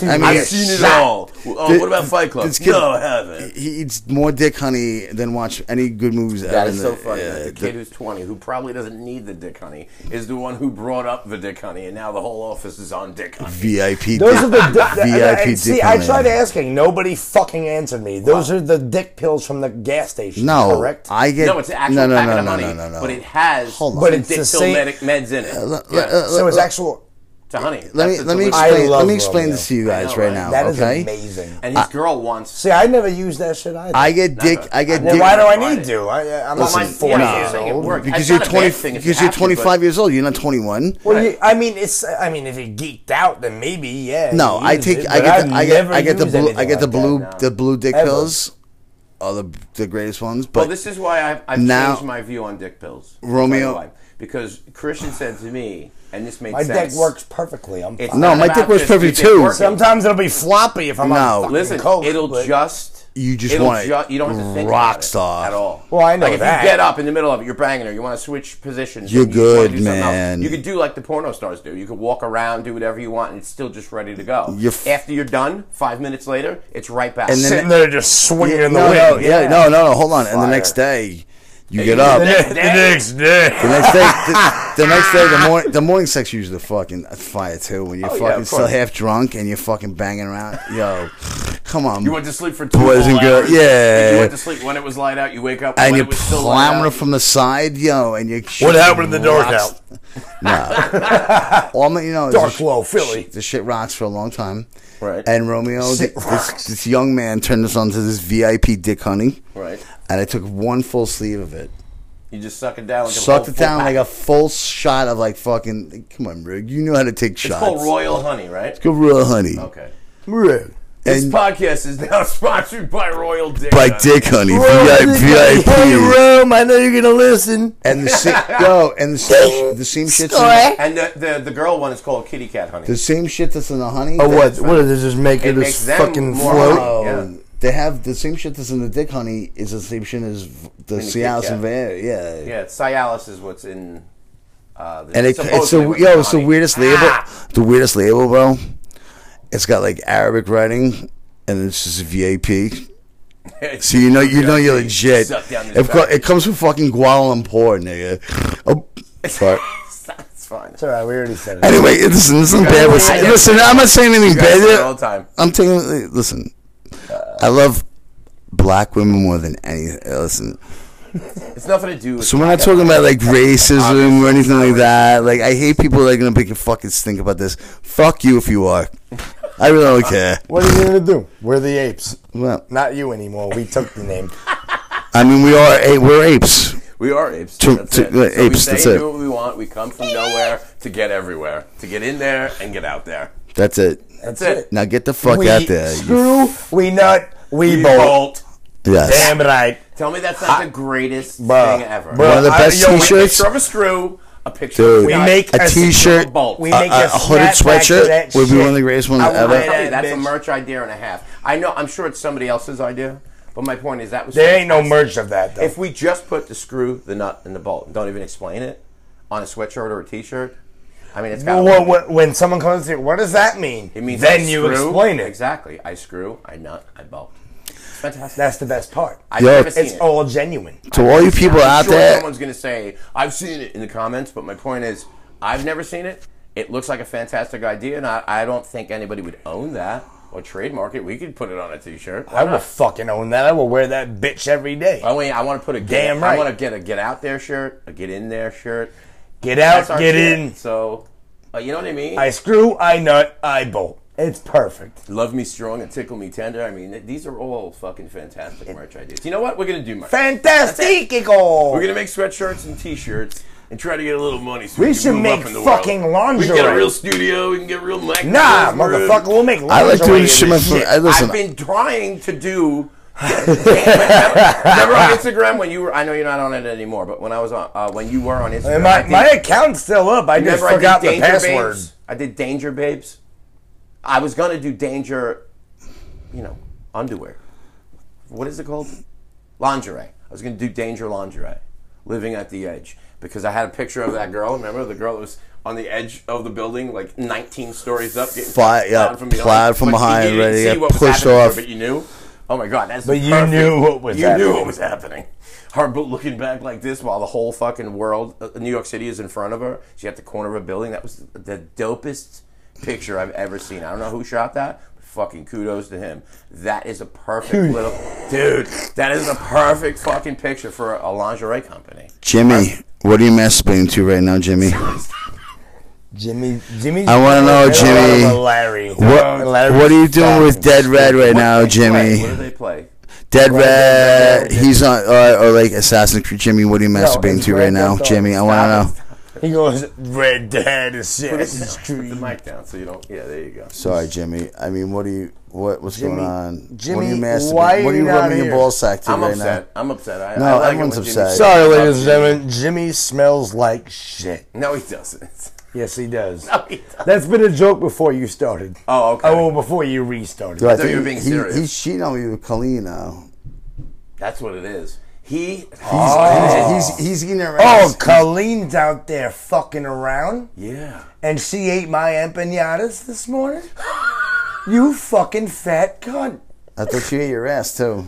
Speaker 3: I mean,
Speaker 1: I've seen it all. Oh,
Speaker 3: Thi-
Speaker 1: what about Fight Club?
Speaker 3: this kid-
Speaker 1: no, I haven't.
Speaker 3: He eats more dick honey than watch any good movies.
Speaker 1: That
Speaker 3: out
Speaker 1: is
Speaker 3: in
Speaker 1: so
Speaker 3: the-
Speaker 1: funny.
Speaker 3: yeah,
Speaker 1: the kid who's 20, who probably doesn't need the dick honey, is the one who brought up the dick honey, and now the whole office is on dick honey.
Speaker 3: VIP.
Speaker 2: Those
Speaker 3: dick-
Speaker 2: are
Speaker 3: [LAUGHS]
Speaker 2: the
Speaker 1: uh,
Speaker 2: di-
Speaker 3: VIP.
Speaker 2: and See,
Speaker 3: dick
Speaker 2: I
Speaker 3: honey.
Speaker 2: tried asking. Nobody fucking answered me. Those are the dick pills from the gas station.
Speaker 3: No,
Speaker 2: correct.
Speaker 3: I get
Speaker 1: no, it's an actual
Speaker 3: no, no,
Speaker 1: packet
Speaker 3: no,
Speaker 1: of
Speaker 3: no,
Speaker 1: honey,
Speaker 3: no, no, no.
Speaker 1: but it has
Speaker 3: Hold on.
Speaker 2: But it's the
Speaker 1: distill
Speaker 2: same-
Speaker 1: medic- meds in it.
Speaker 3: Let-
Speaker 1: yeah,
Speaker 3: let- let-
Speaker 2: so it's
Speaker 3: let-
Speaker 2: actual.
Speaker 1: it's a honey.
Speaker 3: Let me
Speaker 1: That's the
Speaker 3: let me
Speaker 1: delicious-
Speaker 3: explain.
Speaker 2: love
Speaker 3: Let me explain
Speaker 2: Romeo.
Speaker 3: this to you
Speaker 1: I
Speaker 3: guys
Speaker 1: know,
Speaker 3: right
Speaker 1: right?
Speaker 3: now.
Speaker 2: That is
Speaker 3: Okay.
Speaker 2: amazing.
Speaker 1: And his girl wants.
Speaker 2: See, I never used that shit either.
Speaker 3: I get dick. I get
Speaker 2: well,
Speaker 3: dick.
Speaker 2: why do I
Speaker 1: Why?
Speaker 2: need to? I, I'm
Speaker 1: Listen,
Speaker 2: not forty
Speaker 1: yeah,
Speaker 2: years
Speaker 1: you're saying it
Speaker 2: old.
Speaker 1: works.
Speaker 3: Because
Speaker 1: It's
Speaker 3: you're
Speaker 1: not a bad
Speaker 3: twenty.
Speaker 1: thing if you
Speaker 3: Because you're
Speaker 1: have to, but-
Speaker 3: 25 years old. You're not 21.
Speaker 2: Well, you, I mean, it's. I mean, if you geeked out, then maybe yeah.
Speaker 3: No,
Speaker 2: you
Speaker 3: I
Speaker 2: use
Speaker 3: take.
Speaker 2: it, eh,
Speaker 3: I
Speaker 2: but
Speaker 3: get.
Speaker 2: I've
Speaker 3: The, I get.
Speaker 2: never
Speaker 3: I get the
Speaker 2: used
Speaker 3: blue.
Speaker 2: anything
Speaker 3: I get the
Speaker 2: like that.
Speaker 3: blue.
Speaker 1: now.
Speaker 3: The blue dick
Speaker 2: Ever.
Speaker 3: pills. Are the the greatest ones. But
Speaker 1: Well, Oh, this is why I've, I've
Speaker 3: Now-
Speaker 1: changed my view on dick pills.
Speaker 3: Romeo-
Speaker 1: By the way. Because Christian said to me, and this made
Speaker 2: My
Speaker 1: sense.
Speaker 2: dick works perfectly. I'm
Speaker 1: It's
Speaker 2: fine.
Speaker 3: No,
Speaker 1: not
Speaker 3: my
Speaker 1: about
Speaker 3: dick works
Speaker 1: just your
Speaker 3: perfect
Speaker 1: dick
Speaker 3: too.
Speaker 1: working.
Speaker 2: Sometimes it'll be floppy if I'm
Speaker 3: No.
Speaker 2: on fucking
Speaker 1: Listen,
Speaker 2: coke.
Speaker 1: it'll
Speaker 2: but-
Speaker 1: just
Speaker 3: You just
Speaker 1: it'll
Speaker 3: want it
Speaker 1: ju- you don't have to think
Speaker 3: rock
Speaker 1: about it
Speaker 3: star.
Speaker 1: at all.
Speaker 2: Well, I know
Speaker 1: like if
Speaker 2: that.
Speaker 1: you get up in the middle of it, you're banging her. You want to switch positions.
Speaker 3: You're
Speaker 1: and you just wanna
Speaker 3: good,
Speaker 1: do something else.
Speaker 3: man.
Speaker 1: You could do like the porno stars do. You could walk around, do whatever you want, and it's still just ready to go.
Speaker 3: You're f-
Speaker 1: After you're done, five minutes later, it's right back.
Speaker 3: And then-
Speaker 2: sitting there just swinging in the
Speaker 3: no,
Speaker 2: wind.
Speaker 3: no, yeah, no, no, no. Hold on. And the
Speaker 2: Fire.
Speaker 3: next day, you
Speaker 1: you
Speaker 3: get
Speaker 1: do
Speaker 3: up.
Speaker 2: The,
Speaker 1: that.
Speaker 2: ne- the next
Speaker 3: The
Speaker 2: day.
Speaker 3: next day,
Speaker 1: [LAUGHS]
Speaker 3: the, the next day, the morning, the morning sex usually the fucking fire too. When you're
Speaker 1: Oh, yeah,
Speaker 3: fucking
Speaker 1: of
Speaker 3: still
Speaker 1: course.
Speaker 3: half drunk and you're fucking banging around, yo, come
Speaker 1: [LAUGHS]
Speaker 3: on,
Speaker 1: you went to sleep for two
Speaker 3: Boys
Speaker 1: whole
Speaker 3: and girls,
Speaker 1: hours.
Speaker 3: yeah.
Speaker 1: You went to sleep when it was light out. You wake up
Speaker 3: and
Speaker 1: when
Speaker 3: you're
Speaker 1: it was still light
Speaker 3: plowing
Speaker 1: out.
Speaker 3: it from the side, yo, and you.
Speaker 2: What happened in the dark out?
Speaker 3: All I'm letting you know, is
Speaker 2: Dark
Speaker 3: the sh-
Speaker 2: low, Philly.
Speaker 3: The shit rocks for a long time,
Speaker 1: Right.
Speaker 3: And Romeo, th-
Speaker 2: Shit
Speaker 3: this,
Speaker 2: rocks.
Speaker 3: this young man turned us on to this VIP dick honey,
Speaker 1: Right.
Speaker 3: And I took one full sleeve of it.
Speaker 1: You just suck it down. Like a
Speaker 3: Sucked
Speaker 1: whole
Speaker 3: it
Speaker 1: full
Speaker 3: down
Speaker 1: pack.
Speaker 3: like a full shot of like fucking. like, come on, bro, you know how to take
Speaker 1: It's
Speaker 3: shots.
Speaker 1: called Royal Honey, right?
Speaker 3: Go real honey.
Speaker 1: Okay.
Speaker 3: Real.
Speaker 1: This podcast is now [LAUGHS] sponsored by Royal Dick.
Speaker 3: by
Speaker 1: Honey.
Speaker 3: Dick Honey, VIP.
Speaker 2: Hey, Rome, I know you're gonna listen.
Speaker 3: and the same, yo, and the same, the same shit's in the,
Speaker 2: Story.
Speaker 1: And the, the the girl one is called Kitty Cat Honey.
Speaker 3: the same shit that's in the honey.
Speaker 2: Oh, what?
Speaker 3: that's-
Speaker 2: What does this just make
Speaker 1: It
Speaker 2: it,
Speaker 1: makes
Speaker 2: just
Speaker 1: them
Speaker 2: fucking
Speaker 1: more
Speaker 2: float?
Speaker 1: hot.
Speaker 3: Oh,
Speaker 1: Yeah.
Speaker 3: They have the same shit that's in the dick honey is the same shit as v- the
Speaker 1: Kit
Speaker 3: Cialis
Speaker 1: Kat.
Speaker 3: and Vanilla. Yeah.
Speaker 1: Yeah, Cialis is what's in. Uh, the,
Speaker 3: And it, it's
Speaker 1: supposedly
Speaker 3: the
Speaker 1: what's
Speaker 3: yo,
Speaker 1: in Ah!
Speaker 3: it's the
Speaker 1: honey.
Speaker 3: weirdest label. The weirdest label, bro. It's got like Arabic writing, and it's just VIP.
Speaker 1: [LAUGHS]
Speaker 3: So you know, you know, you're legit.
Speaker 1: Suck down this
Speaker 3: It, co-
Speaker 1: back.
Speaker 3: it comes from fucking Kuala Lumpur, nigga. Oh,
Speaker 1: [LAUGHS]
Speaker 3: sorry.
Speaker 1: That's fine.
Speaker 2: It's alright, we already said it.
Speaker 3: Anyway, listen, this is bad. We're saying-
Speaker 1: I-
Speaker 3: Listen, I'm not saying anything
Speaker 1: guys say it all
Speaker 3: bad.
Speaker 1: the time.
Speaker 3: I'm taking. Listen, I love black women more than any. Listen,
Speaker 1: It's nothing to do. with
Speaker 3: so we're not talking about like racism or anything like that. Like, I hate people that are gonna make a fucking stink about this. Fuck you if you are. I really don't care.
Speaker 2: What are you gonna do? We're the apes.
Speaker 3: Well,
Speaker 2: Not you anymore. We took the name.
Speaker 3: I mean, we are a- we're apes.
Speaker 1: We are apes.
Speaker 3: To-
Speaker 1: that's
Speaker 3: to-
Speaker 1: it.
Speaker 3: uh,
Speaker 1: so we
Speaker 3: apes,
Speaker 1: say
Speaker 3: that's
Speaker 1: and
Speaker 3: it.
Speaker 1: do what we want. We come from nowhere to get everywhere, to get in there and get out there.
Speaker 3: That's it.
Speaker 1: That's it.
Speaker 3: Now get the fuck
Speaker 2: we
Speaker 3: out there. you-
Speaker 2: screw, we nut, we,
Speaker 1: We bolt.
Speaker 2: bolt.
Speaker 3: Yes.
Speaker 2: Damn right.
Speaker 1: Tell me that's not the greatest
Speaker 2: Bruh.
Speaker 1: thing ever.
Speaker 2: Bruh.
Speaker 3: Ah. One of the
Speaker 2: I-
Speaker 3: best
Speaker 2: yo, we-
Speaker 1: A
Speaker 3: t-shirts.
Speaker 1: picture of a screw. A picture.
Speaker 3: Dude.
Speaker 1: of a
Speaker 3: We
Speaker 1: nut,
Speaker 2: make
Speaker 3: A
Speaker 2: a
Speaker 3: t-shirt.
Speaker 1: bolt.
Speaker 2: We
Speaker 1: Uh,
Speaker 2: make
Speaker 3: a- a hooded
Speaker 2: snapback to
Speaker 3: sweatshirt
Speaker 2: that
Speaker 3: would be
Speaker 2: shit.
Speaker 3: one of the greatest ones
Speaker 2: I want
Speaker 3: ever.
Speaker 1: I'll
Speaker 2: that
Speaker 1: tell you, that's a
Speaker 2: bitch.
Speaker 1: merch idea and a half. I know. I'm sure it's somebody else's idea, but my point is that was.
Speaker 2: There ain't no merch of that though.
Speaker 1: If we just put the screw, the nut, and the bolt, and don't even explain it on a sweatshirt or a t-shirt, I mean, it's got.
Speaker 2: Well, what- what- when someone comes to you, what does that mean?
Speaker 1: It means I
Speaker 2: then you
Speaker 1: screw.
Speaker 2: explain it.
Speaker 1: exactly. I screw, I nut, I bolt. Fantastic.
Speaker 2: That's the best part.
Speaker 1: I've
Speaker 3: Yo,
Speaker 1: never seen
Speaker 2: it's
Speaker 1: it.
Speaker 2: all genuine.
Speaker 3: To all you people
Speaker 1: I'm
Speaker 3: out
Speaker 1: sure
Speaker 3: there,
Speaker 1: someone's going to say, "I've seen it" in the comments, but my point is, I've never seen it. It looks like a fantastic idea, and I, I don't think anybody would own that or trademark it. We could put it on a t-shirt.
Speaker 2: I will fucking own that. I will wear that bitch every day.
Speaker 1: I mean, I want to put a get,
Speaker 2: Damn
Speaker 1: I
Speaker 2: right.
Speaker 1: want to get a get out there shirt, a get in there shirt.
Speaker 2: Get
Speaker 1: That's
Speaker 2: out,
Speaker 1: our
Speaker 2: get
Speaker 1: shit.
Speaker 2: in.
Speaker 1: So, uh, you know what I mean?
Speaker 2: I screw, I nut, I bolt. It's perfect.
Speaker 1: Love Me Strong and Tickle Me Tender. I mean, th- these are all fucking fantastic merch ideas. You know what? We're going to do merch.
Speaker 2: Fantastico!
Speaker 1: We're going to make sweatshirts and t shirts and try to get a little money so
Speaker 2: We
Speaker 1: we,
Speaker 2: should
Speaker 1: can move
Speaker 2: make
Speaker 1: up in the
Speaker 2: fucking
Speaker 1: world. We
Speaker 2: lingerie.
Speaker 1: can get a real studio. We can get real mic.
Speaker 2: nah, motherfucker, we'll make lingerie.
Speaker 3: I like doing
Speaker 2: and
Speaker 3: shit. My
Speaker 2: shit.
Speaker 3: I, listen,
Speaker 1: I've been trying to do. Remember
Speaker 2: [LAUGHS]
Speaker 1: on Instagram when you were? I know you're not on it anymore, but when I was on, uh, when you were on Instagram,
Speaker 2: And
Speaker 1: I
Speaker 2: My,
Speaker 1: did-
Speaker 2: my account's still up. I just
Speaker 1: remember I did
Speaker 2: forgot the
Speaker 1: Danger
Speaker 2: password.
Speaker 1: Babes? I did Danger Babes. I was gonna do Danger, you know, underwear. What is it called? Lingerie. I was gonna do Danger Lingerie, Living at the Edge, because I had a picture of that girl. Remember the girl that was on the edge of the building, like 19 stories up, getting
Speaker 3: Fly- yeah,
Speaker 1: plowed from behind,
Speaker 3: plowed from
Speaker 1: but you-
Speaker 3: behind,
Speaker 1: you didn't
Speaker 3: ready to
Speaker 1: see
Speaker 3: get
Speaker 1: what was
Speaker 3: pushed
Speaker 1: happening to her,
Speaker 3: off.
Speaker 1: but you knew. Oh my God, that's
Speaker 2: But you
Speaker 1: perfect-
Speaker 2: knew what was
Speaker 1: you knew
Speaker 2: happening.
Speaker 1: what was happening. Her bo- looking back like this while the whole fucking world, uh, New York City, is in front of her. She at the corner of a building. That was the dopest picture I've ever seen. I don't know who shot that. but Fucking kudos to him. That is a perfect little dude. That is a perfect fucking picture for a lingerie company.
Speaker 3: Jimmy, what are you masturbating to right now, Jimmy?
Speaker 2: Jimmy, Jimmy.
Speaker 3: I wanna know, Jimmy.
Speaker 2: Larry.
Speaker 3: What, what are you doing with Dead Red right now,
Speaker 1: Wait, what do
Speaker 3: Jimmy?
Speaker 1: they
Speaker 2: [LAUGHS]
Speaker 1: play?
Speaker 3: Dead Red,
Speaker 2: Red,
Speaker 3: he's on, or, or like Assassin's Creed. Jimmy, what are you masturbating
Speaker 2: it's
Speaker 3: to
Speaker 2: Red
Speaker 3: right now,
Speaker 2: Dead
Speaker 3: Jimmy? I want to know.
Speaker 2: He goes Red Dead
Speaker 1: Put
Speaker 2: Assassin's
Speaker 1: the
Speaker 2: Creed.
Speaker 1: mic down so you don't. Yeah, there you go.
Speaker 3: Sorry, Jimmy. I mean, what are you, what, what's
Speaker 2: Jimmy-
Speaker 3: going on? what are
Speaker 2: Jimmy,
Speaker 3: you masturbating?
Speaker 2: why are
Speaker 3: what are
Speaker 2: you
Speaker 3: you
Speaker 2: not
Speaker 3: rubbing
Speaker 2: here?
Speaker 3: your ball sack to
Speaker 1: I'm
Speaker 3: right
Speaker 1: upset. I'm upset. I,
Speaker 3: No,
Speaker 1: I like it
Speaker 3: everyone's
Speaker 1: when Jimmy
Speaker 3: upset.
Speaker 1: says-
Speaker 2: Sorry, ladies and gentlemen. Jimmy smells like shit.
Speaker 1: No, he doesn't. [LAUGHS]
Speaker 2: Yes, he does.
Speaker 1: No, he doesn't.
Speaker 2: That's been a joke before you started.
Speaker 1: Oh, okay.
Speaker 2: Oh, well, before you restarted.
Speaker 3: now?
Speaker 1: thought you were being
Speaker 3: he,
Speaker 1: serious.
Speaker 3: He's cheating on me with Colleen now.
Speaker 1: [LAUGHS] That's what it is. He.
Speaker 3: He's, he's, he's getting around.
Speaker 2: Oh, Colleen's out there fucking around,
Speaker 1: yeah.
Speaker 2: and she ate my empanadas this [LAUGHS] morning. you fucking fat cunt.
Speaker 3: I thought you ate your ass, too.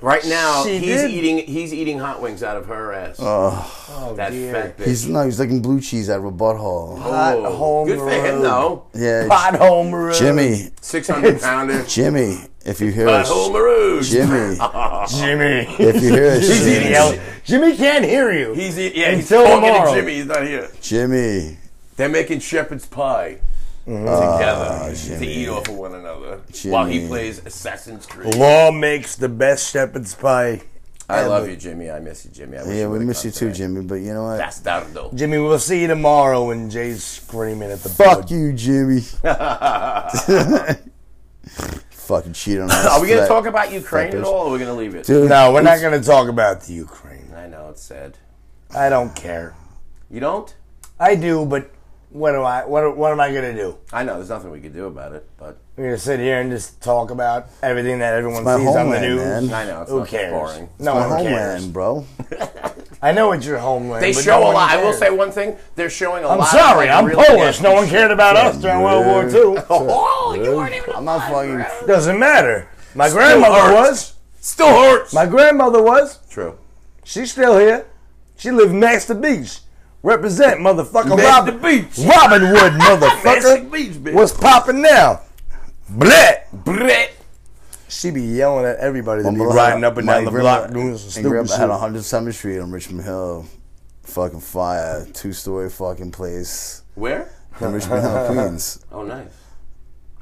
Speaker 1: Right now,
Speaker 2: She
Speaker 1: he's
Speaker 2: did.
Speaker 1: eating. He's eating hot wings out of her ass.
Speaker 2: Oh,
Speaker 1: that fat bitch.
Speaker 3: He's, no, he's licking blue cheese out of a butthole.
Speaker 2: hot
Speaker 1: Oh,
Speaker 2: home
Speaker 1: Good for him
Speaker 2: road.
Speaker 1: though.
Speaker 3: Yeah,
Speaker 2: Pot home room.
Speaker 3: Jimmy,
Speaker 1: Six hundred
Speaker 3: [LAUGHS]
Speaker 1: pounder.
Speaker 3: Jimmy, if you hear
Speaker 1: Hot
Speaker 3: us,
Speaker 1: home road.
Speaker 3: Jimmy,
Speaker 2: Jimmy.
Speaker 3: if [LAUGHS] you hear us,
Speaker 2: He's
Speaker 1: eating
Speaker 2: eating
Speaker 3: Jimmy,
Speaker 1: out.
Speaker 2: out. Jimmy can't hear you.
Speaker 1: He's eat, yeah. He's
Speaker 2: Until
Speaker 1: talking
Speaker 2: tomorrow.
Speaker 1: to Jimmy. He's not here.
Speaker 3: Jimmy,
Speaker 1: They're making shepherd's pie together to eat off of one another while he
Speaker 3: Mm-hmm. Ah, Jimmy.
Speaker 1: plays Assassin's Creed.
Speaker 2: Law makes the best shepherd's pie.
Speaker 1: I love you, Jimmy. I miss you, Jimmy. I wish
Speaker 3: yeah, we
Speaker 1: would've
Speaker 3: miss you
Speaker 1: come
Speaker 3: too,
Speaker 1: today.
Speaker 3: Jimmy. But you know what?
Speaker 1: Bastardo.
Speaker 2: Jimmy, we'll see you tomorrow when Jay's screaming at the
Speaker 3: Fuck
Speaker 2: board. [LAUGHS]
Speaker 3: you, Jimmy. Fucking cheat
Speaker 2: [LAUGHS]
Speaker 3: on us.
Speaker 1: Are we
Speaker 3: for
Speaker 1: gonna
Speaker 3: that.
Speaker 1: talk about Ukraine at
Speaker 3: fuckers.
Speaker 1: all? or Are we gonna leave it?
Speaker 3: Dude,
Speaker 2: No, we're not going to talk about the Ukraine.
Speaker 1: I know it's sad.
Speaker 2: I don't care.
Speaker 1: You don't?
Speaker 2: I do, but what do I? What, what am I going to do?
Speaker 1: I know there's nothing we could do about it, but
Speaker 2: We're going to sit here and just talk about everything that everyone
Speaker 3: my
Speaker 2: sees on the
Speaker 3: homeland,
Speaker 2: news.
Speaker 3: man.
Speaker 1: I know it's
Speaker 2: [LAUGHS] Who
Speaker 1: not
Speaker 2: cares?
Speaker 1: boring.
Speaker 2: No
Speaker 3: My
Speaker 2: one
Speaker 3: homeland,
Speaker 2: cares.
Speaker 3: bro.
Speaker 2: I know it's your homeland.
Speaker 1: They
Speaker 2: but
Speaker 1: show
Speaker 2: no
Speaker 1: a
Speaker 2: one
Speaker 1: lot. I will
Speaker 2: cares.
Speaker 1: say one thing: they're showing a
Speaker 2: I'm
Speaker 1: lot. of,
Speaker 2: sorry,
Speaker 1: like,
Speaker 2: I'm
Speaker 1: really
Speaker 2: Polish.
Speaker 1: nasty
Speaker 2: No one
Speaker 1: shit.
Speaker 2: cared about us during World War II.
Speaker 1: Oh, you weren't even.
Speaker 3: I'm not fucking.
Speaker 2: Doesn't matter. My grandmother
Speaker 1: hurts.
Speaker 2: was.
Speaker 1: Still hurts.
Speaker 2: My grandmother was.
Speaker 1: True.
Speaker 2: She's still here. She lived next to beach. Represent, motherfucker.
Speaker 1: Next to
Speaker 2: Robin,
Speaker 1: beach.
Speaker 2: Robin
Speaker 1: [LAUGHS]
Speaker 2: Wood,
Speaker 1: Fucking
Speaker 2: motherfucker.
Speaker 1: beach, bitch.
Speaker 2: What's popping now? Blit.
Speaker 1: Brit.
Speaker 2: She be yelling at everybody that be
Speaker 3: My
Speaker 2: riding up and
Speaker 3: my
Speaker 2: down the
Speaker 3: grandma-
Speaker 2: block doing some
Speaker 3: and grandma
Speaker 2: stupid shit.
Speaker 3: had 107th Street on Richmond Hill. Fucking fire, two story fucking place
Speaker 1: Where?
Speaker 2: [LAUGHS]
Speaker 3: in Richmond Hill, Queens.
Speaker 1: Oh, nice.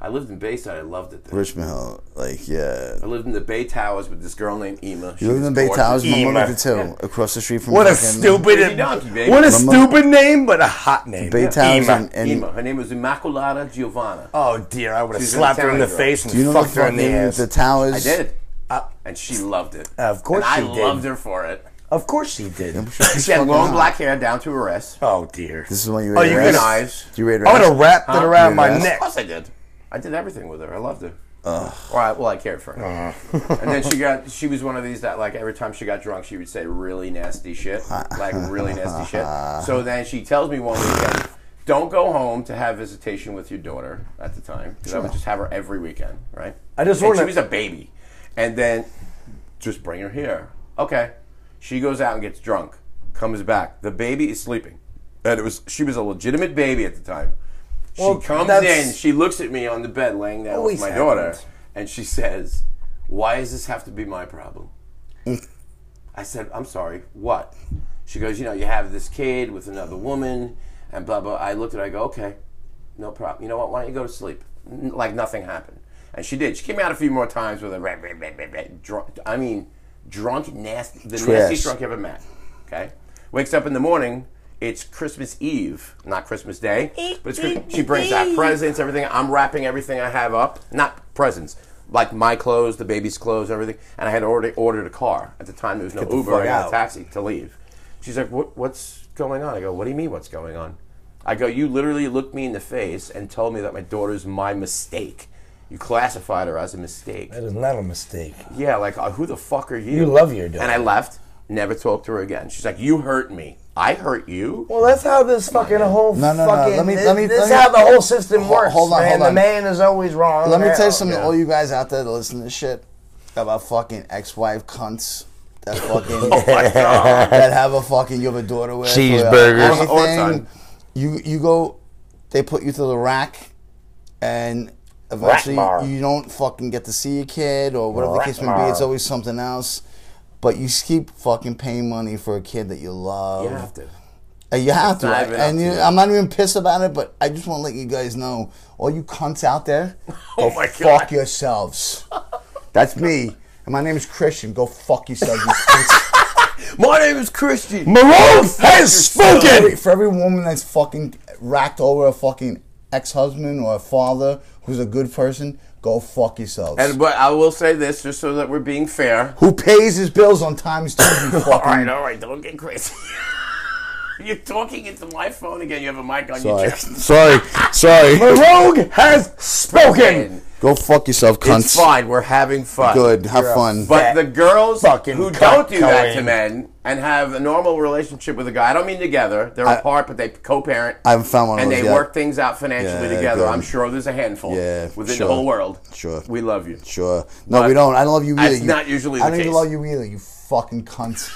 Speaker 1: I lived in Bayside. I loved it there.
Speaker 3: Richmond Hill, like yeah.
Speaker 1: I lived in the Bay Towers with this girl named Ema. She
Speaker 3: You live in the
Speaker 1: was
Speaker 3: Bay
Speaker 1: gorgeous.
Speaker 3: Towers. My mom
Speaker 2: Ema.
Speaker 3: lived there too, across the street from.
Speaker 2: What a
Speaker 3: fucking-
Speaker 2: stupid,
Speaker 1: Crazy donkey, baby.
Speaker 2: what a
Speaker 3: Remember-
Speaker 2: stupid name, but a hot name.
Speaker 3: Bay Towers
Speaker 2: Ema.
Speaker 3: and, and
Speaker 1: Ema. Her name was Immaculata Giovanna.
Speaker 2: Oh dear, I would have
Speaker 1: She's
Speaker 2: slapped
Speaker 1: an
Speaker 2: her in the
Speaker 1: Italian girl.
Speaker 2: face and
Speaker 3: do you know
Speaker 2: fucked
Speaker 3: the
Speaker 2: her in the
Speaker 3: fucking-
Speaker 2: ass.
Speaker 3: the towers?
Speaker 1: I did. and she loved it.
Speaker 2: uh, Of course
Speaker 1: and
Speaker 2: she
Speaker 1: I
Speaker 2: did.
Speaker 1: loved her for it.
Speaker 2: Of course she did.
Speaker 1: She had long black hair down to her ass.
Speaker 2: Oh dear.
Speaker 3: This is when you.
Speaker 2: Oh,
Speaker 3: ate
Speaker 2: you Oh,
Speaker 3: her
Speaker 2: can-
Speaker 3: ass?
Speaker 1: eyes.
Speaker 3: You ate her
Speaker 2: I would
Speaker 3: ass?
Speaker 2: have wrapped it around my
Speaker 3: Yes.
Speaker 1: Of
Speaker 2: neck.
Speaker 1: course I did. I did everything with her. I loved her. Well, I, well, I cared for her. and then she [LAUGHS] got. She was one of these that, like, every time she got drunk, she would say really nasty shit, like really nasty shit. So then she tells me one weekend, "Don't go home to have visitation with your daughter." At the time, because I would just have her every weekend, right?
Speaker 2: I just
Speaker 1: And
Speaker 2: wanna-
Speaker 1: She was a baby, and then just bring her here. Okay. She goes out and gets drunk, comes back. The baby is sleeping. And it was she was a legitimate baby at the time. She
Speaker 2: Well,
Speaker 1: comes
Speaker 2: that's-
Speaker 1: in, she looks at me on the bed laying down with
Speaker 2: Always
Speaker 1: my daughter,
Speaker 2: happens.
Speaker 1: and she says, Why does this have to be my problem? I said, I'm sorry, what? She goes, You know, you have this kid with another woman and blah blah. I looked at her, I go, Okay, no problem. You know what? Why don't you go to sleep? n- like nothing happened. And she did. She came out a few more times with a rah, rah, rah, rah, rah, drunk. I mean, drunk, nasty, the nastiest drunk you ever met. Okay, wakes up in the morning. It's Christmas Eve, not Christmas Day. But it's, Chris- she brings out presents, everything. I'm wrapping everything I have up, not presents, like my clothes, the baby's clothes, everything. And I had already ordered a car at the time. There was no Uber,
Speaker 4: fuck
Speaker 1: I got
Speaker 4: out.
Speaker 1: a taxi to leave. She's like, what, "What's going on?" I go, "What do you mean, what's going on?" I go, "You literally looked me in the face and told me that my daughter's my mistake. You classified her as a mistake.
Speaker 2: That is not a mistake.
Speaker 1: Yeah, like uh, who the fuck are you?
Speaker 2: You love your daughter.
Speaker 1: And I left, never talked to her again. She's like, "You hurt me. I hurt you."
Speaker 2: Well, that's how this fucking whole
Speaker 3: No, no, no.
Speaker 2: fucking.
Speaker 3: Let me-
Speaker 2: this,
Speaker 3: let me-
Speaker 2: this
Speaker 3: let
Speaker 2: is
Speaker 3: me-
Speaker 2: how the whole system
Speaker 3: Ho-
Speaker 2: works.
Speaker 3: hold on,
Speaker 2: man.
Speaker 3: hold
Speaker 2: The
Speaker 3: on.
Speaker 2: man is always wrong.
Speaker 3: Let me tell
Speaker 2: Yeah.
Speaker 3: you something, to all you guys out there that listen to this shit about fucking ex-wife cunts [LAUGHS] that fucking that have a fucking you have a daughter with or
Speaker 2: Cheeseburgers.
Speaker 3: anything.
Speaker 1: All the time.
Speaker 3: You you go, they put you through the rack, and eventually
Speaker 2: bar.
Speaker 3: you don't fucking get to see your kid or whatever the
Speaker 2: Rack
Speaker 3: case may be. It's
Speaker 2: bar.
Speaker 3: always something else. But you keep fucking paying money for a kid that you love.
Speaker 1: You have to.
Speaker 3: Uh, You have to,
Speaker 1: not
Speaker 3: right?
Speaker 1: even up
Speaker 3: and
Speaker 1: to
Speaker 3: you,
Speaker 1: you.
Speaker 3: I'm not even pissed about it, but I just want to let you guys know, all you cunts out there,
Speaker 1: [LAUGHS] Oh my
Speaker 3: fuck yourselves. That's me, and my name is Christian. Go fuck yourselves.
Speaker 1: [LAUGHS]
Speaker 3: you cunts.
Speaker 1: My name is Christian.
Speaker 2: Maroon has spoken.
Speaker 3: Every- For every woman that's fucking racked over a fucking ex-husband or a father who's a good person, go fuck yourselves.
Speaker 1: And but I will say this, just so that we're being fair.
Speaker 3: Who pays his bills on
Speaker 1: [LAUGHS]
Speaker 3: time is two, you fucking.
Speaker 1: All right, all right, don't get crazy. [LAUGHS] You're talking into my phone again. You have a mic on your [LAUGHS]
Speaker 3: Sorry,
Speaker 1: chest.
Speaker 3: sorry, sorry.
Speaker 2: Maroon has spoken.
Speaker 3: Go fuck yourself, cunts.
Speaker 1: It's fine. We're having fun.
Speaker 3: Good, have fun.
Speaker 1: But the girls
Speaker 2: fucking
Speaker 1: who
Speaker 2: cunt,
Speaker 1: don't do that
Speaker 2: Cohen.
Speaker 1: to men and have a normal relationship with a guy, I don't mean together, they're apart, but they co parent.
Speaker 3: I haven't found one of
Speaker 1: And
Speaker 3: those
Speaker 1: they
Speaker 3: yet.
Speaker 1: work things out financially
Speaker 3: Yeah,
Speaker 1: together.
Speaker 3: good.
Speaker 1: I'm sure there's a handful
Speaker 3: Yeah,
Speaker 1: within
Speaker 3: sure.
Speaker 1: the whole world.
Speaker 3: Sure.
Speaker 1: We love you.
Speaker 3: Sure. No, we don't. I don't love you either.
Speaker 1: That's
Speaker 3: you,
Speaker 1: not usually
Speaker 3: I
Speaker 1: the
Speaker 3: don't even
Speaker 1: case.
Speaker 3: love you either. You fucking [LAUGHS] cunt.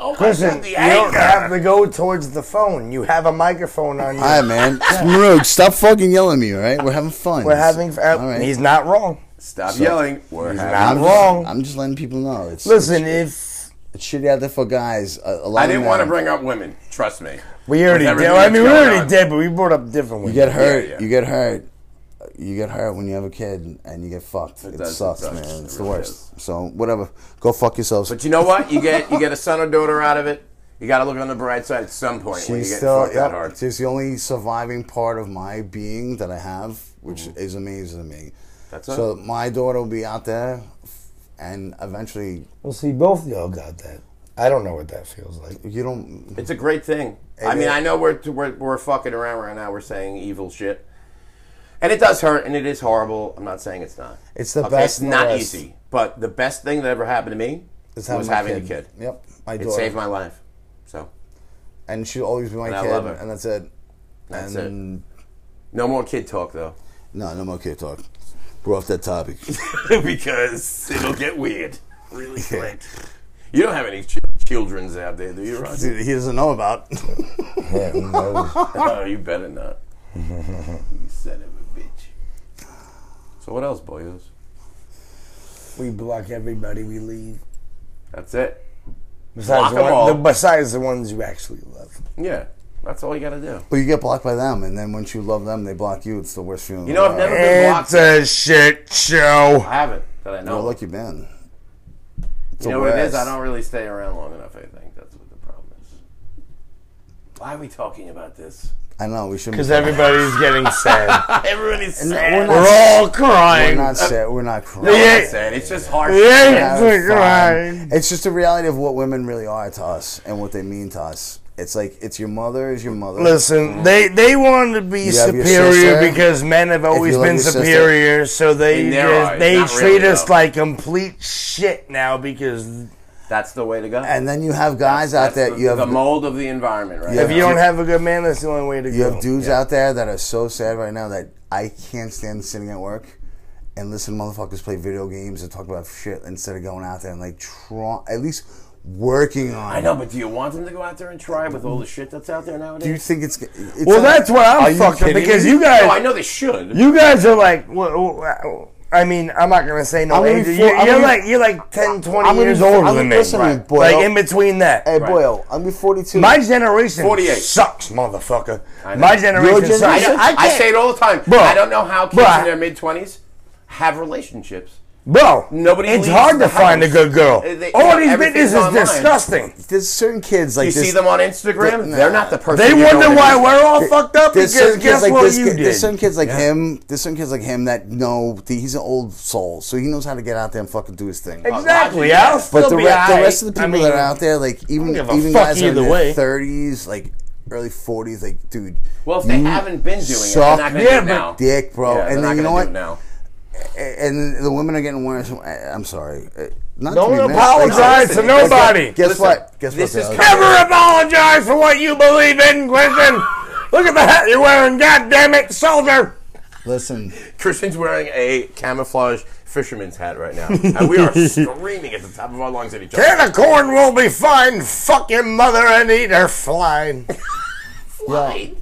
Speaker 1: Oh, my
Speaker 2: Listen,
Speaker 1: God,
Speaker 2: you
Speaker 1: the
Speaker 2: don't
Speaker 1: anger.
Speaker 2: have to go towards the phone. You have a microphone on you.
Speaker 3: Hi, man. Maroog, stop fucking yelling at me. All right, we're having fun.
Speaker 2: We're having. Uh,
Speaker 3: All right.
Speaker 2: He's not wrong.
Speaker 1: Stop yelling. We're
Speaker 2: not
Speaker 1: having.
Speaker 3: I'm
Speaker 2: wrong.
Speaker 3: Just, I'm just letting people know. It's
Speaker 2: Listen, if
Speaker 3: it's shitty out there for guys. A, a lot
Speaker 1: I
Speaker 3: of
Speaker 1: didn't
Speaker 3: men-
Speaker 1: want to bring up women. Trust me.
Speaker 2: we already
Speaker 1: With
Speaker 2: did.
Speaker 1: everything
Speaker 2: I mean, we
Speaker 1: that's going
Speaker 2: already
Speaker 1: on.
Speaker 2: did, but we brought up different ones.
Speaker 3: You get hurt.
Speaker 1: yeah.
Speaker 3: You get hurt. You get hurt when you have a kid and you get fucked. It,
Speaker 1: does, it
Speaker 3: sucks,
Speaker 1: does.
Speaker 3: man.
Speaker 1: It
Speaker 3: It's the
Speaker 1: really
Speaker 3: worst. So whatever. Go fuck yourselves.
Speaker 1: But you know what? You get you get a son or daughter out of it. You got to look on the bright side at some point when you
Speaker 3: She's
Speaker 1: get
Speaker 3: still.
Speaker 1: fucked that hard.
Speaker 3: Yep, she's the only surviving part of my being that I have, which is amazing to me.
Speaker 1: Mm-hmm. That's
Speaker 3: so my daughter will be out there, f- and eventually
Speaker 2: Well, see, both of y'all got that. I don't know what that feels like.
Speaker 3: you don't.
Speaker 1: It's a great thing. I mean, I know we're, we're we're fucking around right now. We're saying evil shit, and it does hurt, and it is horrible. I'm not saying it's not.
Speaker 3: It's the
Speaker 1: Okay,
Speaker 3: best
Speaker 1: It's
Speaker 3: and the
Speaker 1: not
Speaker 3: worst.
Speaker 1: easy, but the best thing that ever happened to me
Speaker 3: It's
Speaker 1: was
Speaker 3: my
Speaker 1: having a kid.
Speaker 3: Yep, my
Speaker 1: It
Speaker 3: daughter.
Speaker 1: saved my life. So
Speaker 3: and she'll always be my
Speaker 1: And I
Speaker 3: kid,
Speaker 1: love her.
Speaker 3: and that's it.
Speaker 1: That's
Speaker 3: and
Speaker 1: no more kid talk though, [LAUGHS]
Speaker 3: no, no more kid talk. We're off that topic. [LAUGHS]
Speaker 1: because it'll get weird really quick. [LAUGHS] You don't have any ch- childrens out there, do you,
Speaker 3: [LAUGHS]
Speaker 1: Roger?
Speaker 3: he doesn't know about.
Speaker 2: Yeah,
Speaker 3: [LAUGHS]
Speaker 2: who knows?
Speaker 1: oh, you better not. you son of a bitch. So what else, boyos?
Speaker 2: we block everybody we leave.
Speaker 1: That's it. Block
Speaker 2: Besides the,
Speaker 1: 'em all.
Speaker 2: one, the, besides the ones you actually love.
Speaker 1: Yeah, that's all you got to do.
Speaker 3: but you get blocked by them, and then once you love them, they block you. It's the worst feeling.
Speaker 1: You know, I've never been blocked.
Speaker 2: It's a shit show.
Speaker 1: I haven't that I know.
Speaker 3: You're a
Speaker 1: of.
Speaker 3: lucky man.
Speaker 1: you
Speaker 3: It's the
Speaker 1: know what it is?
Speaker 3: worst.
Speaker 1: I don't really stay around long enough. I think that's what the problem is. Why are we talking about this? [LAUGHS]
Speaker 3: I know we shouldn't.
Speaker 2: Because
Speaker 3: be-
Speaker 2: everybody's getting sad.
Speaker 1: Everybody's
Speaker 3: we're
Speaker 1: sad.
Speaker 2: [LAUGHS]
Speaker 3: not-
Speaker 2: We're all
Speaker 3: we're
Speaker 2: crying.
Speaker 1: uh,
Speaker 3: not sad. We're not crying.
Speaker 1: We're
Speaker 2: Yeah.
Speaker 1: not sad. It's just harsh.
Speaker 2: Yeah.
Speaker 3: Yeah,
Speaker 2: It's like,
Speaker 3: it's fine.
Speaker 2: alright.
Speaker 3: It's just the reality of what women really are to us and what they mean to us. It's like it's your mother is your mother.
Speaker 2: Listen, they they want to be
Speaker 3: have your
Speaker 2: superior
Speaker 3: sister.
Speaker 2: because men have always
Speaker 3: love
Speaker 2: been
Speaker 3: your sister.
Speaker 2: superior, so they
Speaker 1: In their
Speaker 2: just,
Speaker 1: eyes,
Speaker 2: they
Speaker 1: not
Speaker 2: treat
Speaker 1: really,
Speaker 2: us
Speaker 1: though.
Speaker 2: like complete shit now because
Speaker 1: That's the way to go.
Speaker 3: And then you have guys
Speaker 1: that's
Speaker 3: out there.
Speaker 1: the,
Speaker 3: you have
Speaker 1: the mold of the environment, right?
Speaker 3: You
Speaker 2: if
Speaker 3: Yeah.
Speaker 2: you don't have a good man, that's the only way to
Speaker 3: You
Speaker 2: go.
Speaker 3: have dudes out there that are so sad right now that I can't stand sitting at work and listen to motherfuckers play video games and talk about shit instead of going out there and like try at least working on.
Speaker 1: I know, but do you want them to go out there and try with all the shit that's out there nowadays?
Speaker 3: Do you think it's? it's
Speaker 2: well,
Speaker 3: not-
Speaker 2: that's what I'm
Speaker 3: you
Speaker 2: fucking
Speaker 3: kidding
Speaker 2: because
Speaker 3: me?
Speaker 2: you guys
Speaker 1: no, I know they should.
Speaker 2: you guys are like wha- wha- I mean, I'm not gonna say no
Speaker 3: I'm gonna
Speaker 2: age.
Speaker 3: be
Speaker 2: You're,
Speaker 3: full- I'm
Speaker 2: you're
Speaker 3: gonna be-
Speaker 2: like you're like 10, 20
Speaker 3: I'm gonna
Speaker 2: years
Speaker 3: be-
Speaker 2: older
Speaker 3: I'm
Speaker 2: than me.
Speaker 3: listening,
Speaker 2: Right.
Speaker 3: boy.
Speaker 2: Like in between that.
Speaker 3: Hey, Boyle, I'm gonna be 42.
Speaker 2: My generation
Speaker 1: 48.
Speaker 2: sucks, motherfucker.
Speaker 1: know.
Speaker 2: My generation,
Speaker 3: Your
Speaker 1: I,
Speaker 2: sucks.
Speaker 3: generation?
Speaker 1: don't- I say it all the time.
Speaker 2: Bro.
Speaker 1: I don't know how kids
Speaker 2: Bro, I-
Speaker 1: in their mid twenties have relationships.
Speaker 2: Bro,
Speaker 1: Nobody
Speaker 2: It's
Speaker 1: leaves
Speaker 2: hard
Speaker 1: the
Speaker 2: to find a
Speaker 1: house.
Speaker 2: good girl.
Speaker 1: Uh, they-
Speaker 2: All these
Speaker 1: everything's
Speaker 2: bitches is
Speaker 1: online.
Speaker 2: disgusting.
Speaker 3: There's certain kids like
Speaker 1: You
Speaker 3: this.
Speaker 1: see them on Instagram.
Speaker 3: Nah.
Speaker 1: They're not the person.
Speaker 2: They
Speaker 1: you know
Speaker 2: wonder
Speaker 1: it
Speaker 2: why
Speaker 1: is.
Speaker 2: we're all fucked up
Speaker 3: There's
Speaker 2: because
Speaker 3: certain
Speaker 2: guess
Speaker 3: kids like
Speaker 2: what
Speaker 3: this
Speaker 2: you
Speaker 3: kid,
Speaker 2: did.
Speaker 3: There's certain kids like him. There's certain kids like him that know that he's an old soul, so he knows how to get out there and fucking do his thing.
Speaker 2: Exactly.
Speaker 1: Logic,
Speaker 2: I'll
Speaker 1: yes.
Speaker 2: still
Speaker 3: But the,
Speaker 2: be
Speaker 3: re-
Speaker 2: all
Speaker 3: the
Speaker 2: right.
Speaker 3: rest of the people
Speaker 2: I mean,
Speaker 3: that are out there, like even
Speaker 2: give a
Speaker 3: even
Speaker 2: fuck
Speaker 3: guys that are in
Speaker 2: either
Speaker 3: their
Speaker 2: way.
Speaker 3: 30s, like early 40s, like dude,
Speaker 1: Well, if
Speaker 3: Mm-hmm.
Speaker 1: they haven't been doing it, they're
Speaker 3: suck
Speaker 1: not going to
Speaker 2: Yeah,
Speaker 1: do it
Speaker 2: but
Speaker 1: now.
Speaker 3: dick, bro.
Speaker 1: Yeah,
Speaker 3: and
Speaker 1: they're
Speaker 3: then
Speaker 1: not
Speaker 3: you know
Speaker 1: gonna
Speaker 3: what?
Speaker 1: do it now.
Speaker 3: A- And the women are getting worse. I- I'm sorry. Uh, Not to
Speaker 2: Don't
Speaker 3: be messed, like,
Speaker 2: apologize to
Speaker 1: listen, guess what-
Speaker 2: nobody.
Speaker 3: Guess
Speaker 1: Listen,
Speaker 3: what? Guess
Speaker 1: this
Speaker 3: what?
Speaker 1: is
Speaker 3: Alex?
Speaker 1: kind
Speaker 2: Never apologize for what you believe in, Christian. Look at the hat you're wearing. God damn it, soldier.
Speaker 3: Listen,
Speaker 1: Christian's wearing a camouflage fisherman's hat right
Speaker 3: [LAUGHS]
Speaker 1: now, and we are screaming at the top of our lungs at each other.
Speaker 2: Can of corn will be fine. Fuck your mother and eat her flying.
Speaker 1: [LAUGHS] Why?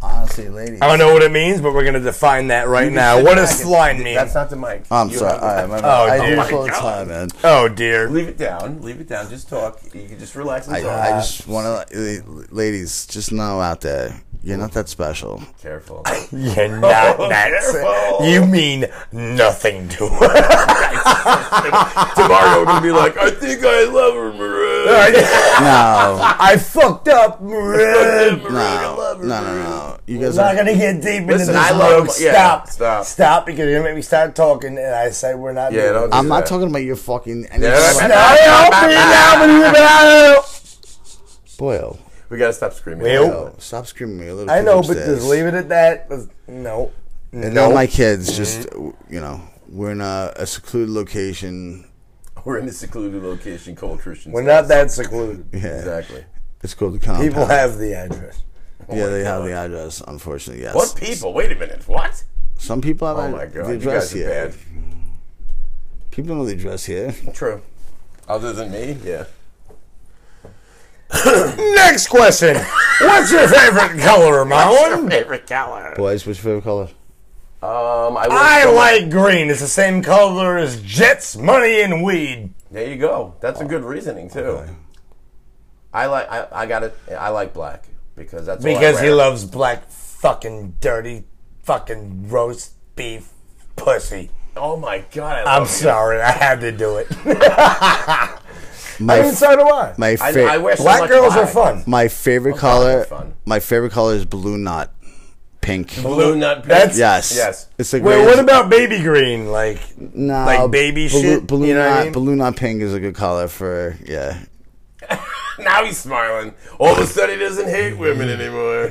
Speaker 3: honestly, ladies.
Speaker 2: I don't know what it means, but we're gonna define that right now.
Speaker 1: sit
Speaker 2: What
Speaker 1: back
Speaker 2: does
Speaker 1: and-
Speaker 2: flying mean?
Speaker 1: That's not the mic.
Speaker 3: I'm
Speaker 1: You
Speaker 3: sorry.
Speaker 1: have the mic.
Speaker 3: I, my, bad. I
Speaker 2: dear.
Speaker 3: do
Speaker 2: Oh
Speaker 3: this
Speaker 2: my
Speaker 3: all the
Speaker 1: God.
Speaker 3: time, man.
Speaker 2: Oh dear.
Speaker 1: Leave it down. Leave it down. Just talk. You can just relax and
Speaker 3: I,
Speaker 1: talk.
Speaker 3: I just want to, ladies, just know out there, you're not that special.
Speaker 1: Careful. [LAUGHS]
Speaker 2: [LAUGHS] You're not that.
Speaker 1: Careful.
Speaker 2: You mean nothing to her.
Speaker 1: Tomorrow we're gonna be like, I think I love her, Maria. [LAUGHS]
Speaker 3: No,
Speaker 2: [LAUGHS] I fucked up. We're [LAUGHS]
Speaker 3: [LAUGHS]
Speaker 1: Maria, I
Speaker 3: no,
Speaker 1: love
Speaker 3: no,
Speaker 1: her,
Speaker 3: no,
Speaker 1: Maria.
Speaker 3: no. You
Speaker 1: Oh,
Speaker 3: guys
Speaker 2: not
Speaker 3: are.
Speaker 2: gonna get deep into
Speaker 1: Listen,
Speaker 2: this.
Speaker 1: I love-
Speaker 2: joke.
Speaker 1: yeah,
Speaker 2: stop,
Speaker 1: stop.
Speaker 2: stop, because you're gonna make me start talking, and I say we're not.
Speaker 1: Yeah,
Speaker 2: doing
Speaker 1: don't
Speaker 2: this.
Speaker 1: do
Speaker 3: I'm not
Speaker 1: that.
Speaker 3: talking about your fucking.
Speaker 1: Yeah.
Speaker 3: Yeah.
Speaker 2: Stay open now, but you've been out.
Speaker 3: Boyle,
Speaker 1: We gotta stop screaming.
Speaker 2: Well,
Speaker 3: oh, yo, stop screaming at me a little.
Speaker 2: I
Speaker 3: kid
Speaker 2: know, but
Speaker 3: upstairs.
Speaker 2: just leave it at that. No,
Speaker 3: And
Speaker 2: no.
Speaker 3: all my kids,
Speaker 1: Mm-hmm.
Speaker 3: just you know, we're in a, a secluded location.
Speaker 1: We're in a secluded location called Christian.
Speaker 2: we're not that secluded.
Speaker 3: Yeah,
Speaker 1: Exactly.
Speaker 3: It's called the compound.
Speaker 2: People have the address.
Speaker 3: yeah, they have the address. Unfortunately, yes.
Speaker 1: Oh What people? Wait a minute. What?
Speaker 3: Some people have
Speaker 1: Oh
Speaker 3: a-
Speaker 1: my god,
Speaker 3: the
Speaker 1: you guys
Speaker 3: address
Speaker 1: are
Speaker 3: here.
Speaker 1: bad.
Speaker 3: People know the address here.
Speaker 1: True. Other than me, yeah.
Speaker 2: Next question. [LAUGHS] What's your favorite color, Marlon?
Speaker 1: Favorite color.
Speaker 3: Boys, what's your favorite color?
Speaker 1: Um, I,
Speaker 2: I
Speaker 1: will-
Speaker 2: like green. It's the same color as jets, money, and weed.
Speaker 1: There you go.
Speaker 2: Oh.
Speaker 1: That's a good reasoning too. I like. I, I got it. I like black because that's all I
Speaker 2: Because he
Speaker 1: wear.
Speaker 2: loves black fucking dirty fucking roast beef pussy.
Speaker 1: Oh my god! I
Speaker 2: I'm
Speaker 1: love
Speaker 2: sorry, I had to do it.
Speaker 3: My
Speaker 2: I mean, so do I.
Speaker 3: my
Speaker 1: I,
Speaker 3: fa-
Speaker 1: I wear so
Speaker 2: black
Speaker 1: much
Speaker 2: girls
Speaker 1: black.
Speaker 2: are fun.
Speaker 3: my favorite
Speaker 1: they're
Speaker 3: color.
Speaker 1: fun.
Speaker 3: My favorite color is blue knot, pink.
Speaker 1: Blue nut. pink.
Speaker 2: That's-
Speaker 3: Yes.
Speaker 1: Yes.
Speaker 3: It's the
Speaker 2: Wait,
Speaker 3: greatest.
Speaker 2: what about baby green? Like,
Speaker 3: No,
Speaker 2: like baby
Speaker 3: blue,
Speaker 2: shit,
Speaker 3: Blue
Speaker 2: you know what I
Speaker 3: knot,
Speaker 2: mean?
Speaker 3: blue knot pink is a good color for yeah.
Speaker 1: Now he's smiling. All of a sudden, he doesn't hate women
Speaker 2: [LAUGHS]
Speaker 1: anymore.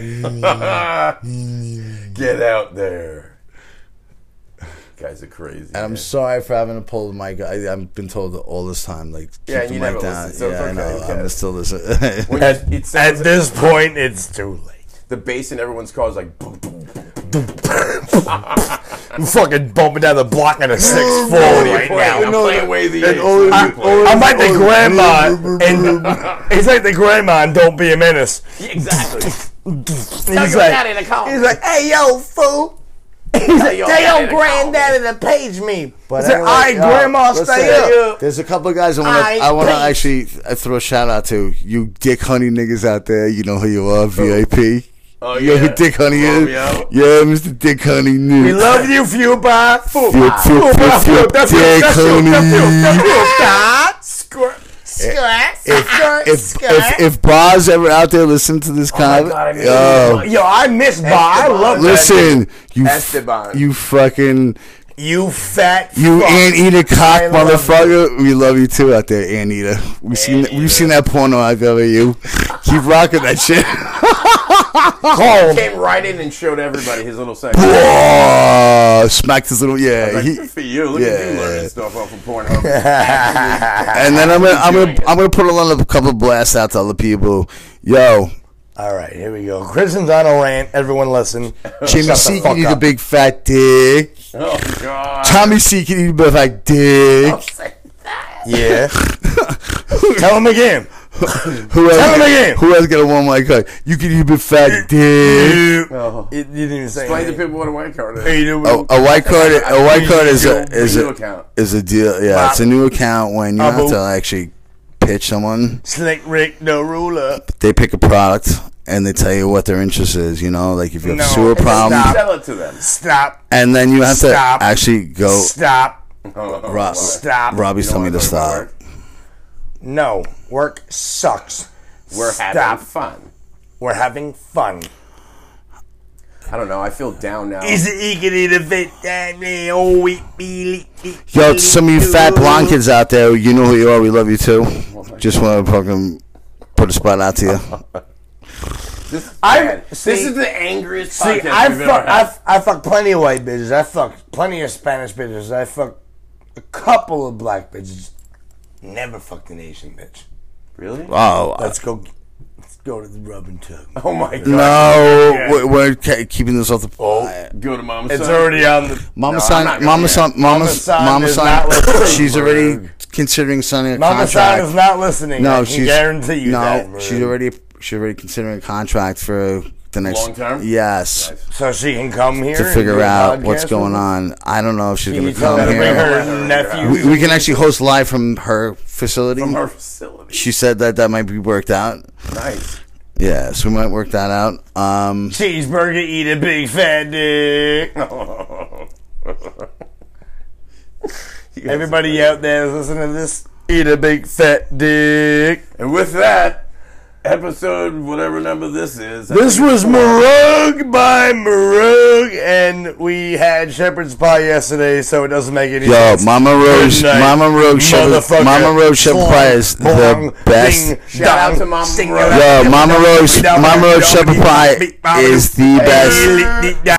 Speaker 1: Get out there. Guys are crazy.
Speaker 3: And I'm
Speaker 1: man.
Speaker 3: sorry for having to pull the mic. I, I've been told all this time, like keep
Speaker 1: Yeah,
Speaker 3: the
Speaker 1: you
Speaker 3: mic
Speaker 1: never
Speaker 3: down.
Speaker 1: listen, so it's
Speaker 3: yeah, I
Speaker 1: okay,
Speaker 3: know.
Speaker 1: okay.
Speaker 3: I'm gonna still listening. [LAUGHS]
Speaker 1: When you-
Speaker 2: at,
Speaker 1: it
Speaker 2: at
Speaker 1: sounds
Speaker 2: this point, it's too late.
Speaker 1: the bass in everyone's car is like. boom, boom, boom.
Speaker 2: I'm fucking bumping down the block on a six four right now.
Speaker 1: I'm playing away the eights.
Speaker 3: all of
Speaker 1: I'm
Speaker 3: you-
Speaker 1: playing-
Speaker 3: all of
Speaker 2: I'm like the grandma, and [LAUGHS] he's like the grandma, and don't be a menace.
Speaker 1: Yeah, exactly.
Speaker 2: And He's
Speaker 1: your
Speaker 2: like,
Speaker 1: daddy to come.
Speaker 2: he's like, hey yo, fool. He's like,
Speaker 1: your
Speaker 2: they
Speaker 1: daddy
Speaker 2: your
Speaker 1: to
Speaker 2: granddaddy to page me. But he's like, all
Speaker 3: anyway,
Speaker 2: right,
Speaker 3: yo,
Speaker 2: grandma,
Speaker 3: listen,
Speaker 2: stay up.
Speaker 3: There's a couple of guys I want
Speaker 2: Aight,
Speaker 3: to. I want to
Speaker 2: peace.
Speaker 3: actually uh, throw a shout out to you, Dick Honey niggas out there. You know who you are, VIP.
Speaker 1: Oh,
Speaker 3: you know
Speaker 1: yeah.
Speaker 3: who Dick Honey is.
Speaker 1: Romeo.
Speaker 3: Yeah, Mr. Dick Honey.
Speaker 2: We
Speaker 3: Nigga.
Speaker 2: love you, Fuba.
Speaker 3: Your
Speaker 2: Fuba,
Speaker 3: tip-
Speaker 2: Fuba,
Speaker 3: your
Speaker 2: Fuba, that's you,
Speaker 3: dick,
Speaker 2: that's you,
Speaker 3: honey.
Speaker 2: that's you, that's you. Stop.
Speaker 1: Squirt.
Speaker 3: If, if, if, if Boz ever out there listen to this
Speaker 1: my
Speaker 3: kind
Speaker 1: God, I didn't
Speaker 3: yo,
Speaker 1: even-
Speaker 2: Yo, I miss Bob. I love that.
Speaker 3: listen, you, f-
Speaker 1: Esteban.
Speaker 3: you fucking,
Speaker 2: You e- fat
Speaker 3: you
Speaker 2: fuck.
Speaker 3: anteater cock
Speaker 2: I love
Speaker 3: motherfucker. We love you too out there, anteater. We seen,
Speaker 1: Anteater.
Speaker 3: we've seen that porno out there with you. Keep rocking that
Speaker 2: [LAUGHS]
Speaker 3: shit.
Speaker 1: He came right in and showed everybody his little sex.
Speaker 3: [LAUGHS] Oh, smacked his little yeah.
Speaker 1: Like,
Speaker 3: he-
Speaker 1: good for you. Look at you
Speaker 3: yeah.
Speaker 1: learning stuff off of
Speaker 2: [LAUGHS]
Speaker 1: Pornhub.
Speaker 3: and then I'm gonna I'm
Speaker 1: doing
Speaker 3: gonna
Speaker 1: it.
Speaker 3: I'm gonna put on a couple blasts out to other people. Yo,
Speaker 2: All right, here we go. Kristen's on a rant. Everyone listen.
Speaker 3: Jimmy
Speaker 2: Shut
Speaker 3: C
Speaker 2: the fuck
Speaker 3: can eat a
Speaker 2: up.
Speaker 3: big fat dick.
Speaker 1: oh God.
Speaker 3: Tommy C can eat a big fat dick.
Speaker 2: [LAUGHS] Yeah. Tell him again.
Speaker 3: who
Speaker 2: Tell him
Speaker 3: else,
Speaker 2: again.
Speaker 3: who else gonna want my card? You can you
Speaker 2: [LAUGHS]
Speaker 3: big fat dick.
Speaker 1: Oh.
Speaker 2: You didn't even say
Speaker 1: Explain to
Speaker 2: anything.
Speaker 1: people what a white card
Speaker 2: Hey,
Speaker 1: is.
Speaker 2: you know
Speaker 3: A,
Speaker 2: what-
Speaker 3: a white card. A white card is a
Speaker 1: Your
Speaker 3: is
Speaker 1: new
Speaker 3: a
Speaker 1: account.
Speaker 3: is a deal. Yeah, it's a new account when you have to actually pitch someone.
Speaker 2: Snake Rick, no ruler.
Speaker 3: They pick a product and they tell you what their interest is. You know, like if you have
Speaker 2: No,
Speaker 3: sewer
Speaker 2: it's
Speaker 3: problems,
Speaker 2: not.
Speaker 1: Sell it to them. [LAUGHS]
Speaker 2: Stop.
Speaker 3: and then you have
Speaker 2: Stop.
Speaker 3: to actually go.
Speaker 2: Stop.
Speaker 1: Oh,
Speaker 3: Rob,
Speaker 2: Stop.
Speaker 3: Robbie's telling me to stop.
Speaker 2: No. Work sucks.
Speaker 1: We're
Speaker 2: Stop.
Speaker 1: having fun.
Speaker 2: We're having fun.
Speaker 1: I don't know. I feel down now.
Speaker 2: Is it eager to fit that me? Oh, we be
Speaker 3: Yo, to some of you fat blonde kids out there, you know who you are. We love you too. Just want to fucking put a spot out
Speaker 2: [LAUGHS]
Speaker 3: to you.
Speaker 1: This,
Speaker 2: I-
Speaker 1: man,
Speaker 2: see-
Speaker 1: this is the angriest
Speaker 2: See,
Speaker 1: podcast
Speaker 2: I
Speaker 1: we've
Speaker 2: fuck,
Speaker 1: ever
Speaker 2: I,
Speaker 1: had.
Speaker 2: f- I fuck plenty of white bitches. I fuck plenty of Spanish bitches. I fuck a couple of black bitches. Never fucked an Asian bitch.
Speaker 1: Really?
Speaker 3: Oh,
Speaker 2: Let's go. Let's go to the rub and tug.
Speaker 1: Oh my god.
Speaker 3: no, we're, we're ca- keeping this off the.
Speaker 2: Oh,
Speaker 1: Go to mom's.
Speaker 2: it's
Speaker 1: son.
Speaker 2: already on the.
Speaker 3: Mama
Speaker 2: No, I'm not
Speaker 3: San,
Speaker 2: gonna-
Speaker 3: Mama San, Mama,
Speaker 2: Mama San
Speaker 3: Mama
Speaker 2: is
Speaker 3: San,
Speaker 2: not listening.
Speaker 3: she's already considering signing a
Speaker 2: Mama San
Speaker 3: contract.
Speaker 2: is not listening.
Speaker 3: no,
Speaker 2: I can
Speaker 3: she's
Speaker 2: guarantee you
Speaker 3: no,
Speaker 2: that. Maroon.
Speaker 3: she's already she's already considering a contract for the next
Speaker 1: Long term?
Speaker 3: Yes,
Speaker 1: Nice.
Speaker 2: So she can come here
Speaker 3: to
Speaker 2: and do
Speaker 3: figure
Speaker 2: a
Speaker 3: out what's
Speaker 2: podcast with
Speaker 3: going
Speaker 2: us?
Speaker 3: on. I don't know if she's
Speaker 2: Can
Speaker 3: going
Speaker 2: you
Speaker 3: to
Speaker 2: tell her
Speaker 3: come
Speaker 2: to bring
Speaker 3: here.
Speaker 2: her nephew?
Speaker 3: We, we can actually host live from her facility.
Speaker 1: From our facility.
Speaker 3: she said that that might be worked out.
Speaker 1: Nice.
Speaker 3: Yeah, so we might work that out. Um,
Speaker 2: Cheeseburger, eat a big fat dick.
Speaker 1: [LAUGHS]
Speaker 2: Everybody out there listening to this, eat a big fat dick.
Speaker 1: And with that, episode whatever number this is.
Speaker 2: This was Marug by Marug, and we had shepherd's pie yesterday, so it doesn't make any
Speaker 3: Yo,
Speaker 2: sense.
Speaker 3: Mama Rose, Mama Rose, Shepherd, Mama Rose Shepherd Pie is the best.
Speaker 1: Shout out to Mama Rose.
Speaker 3: Yo, Mama Rose, Mama Rose Shepherd Pie is the best.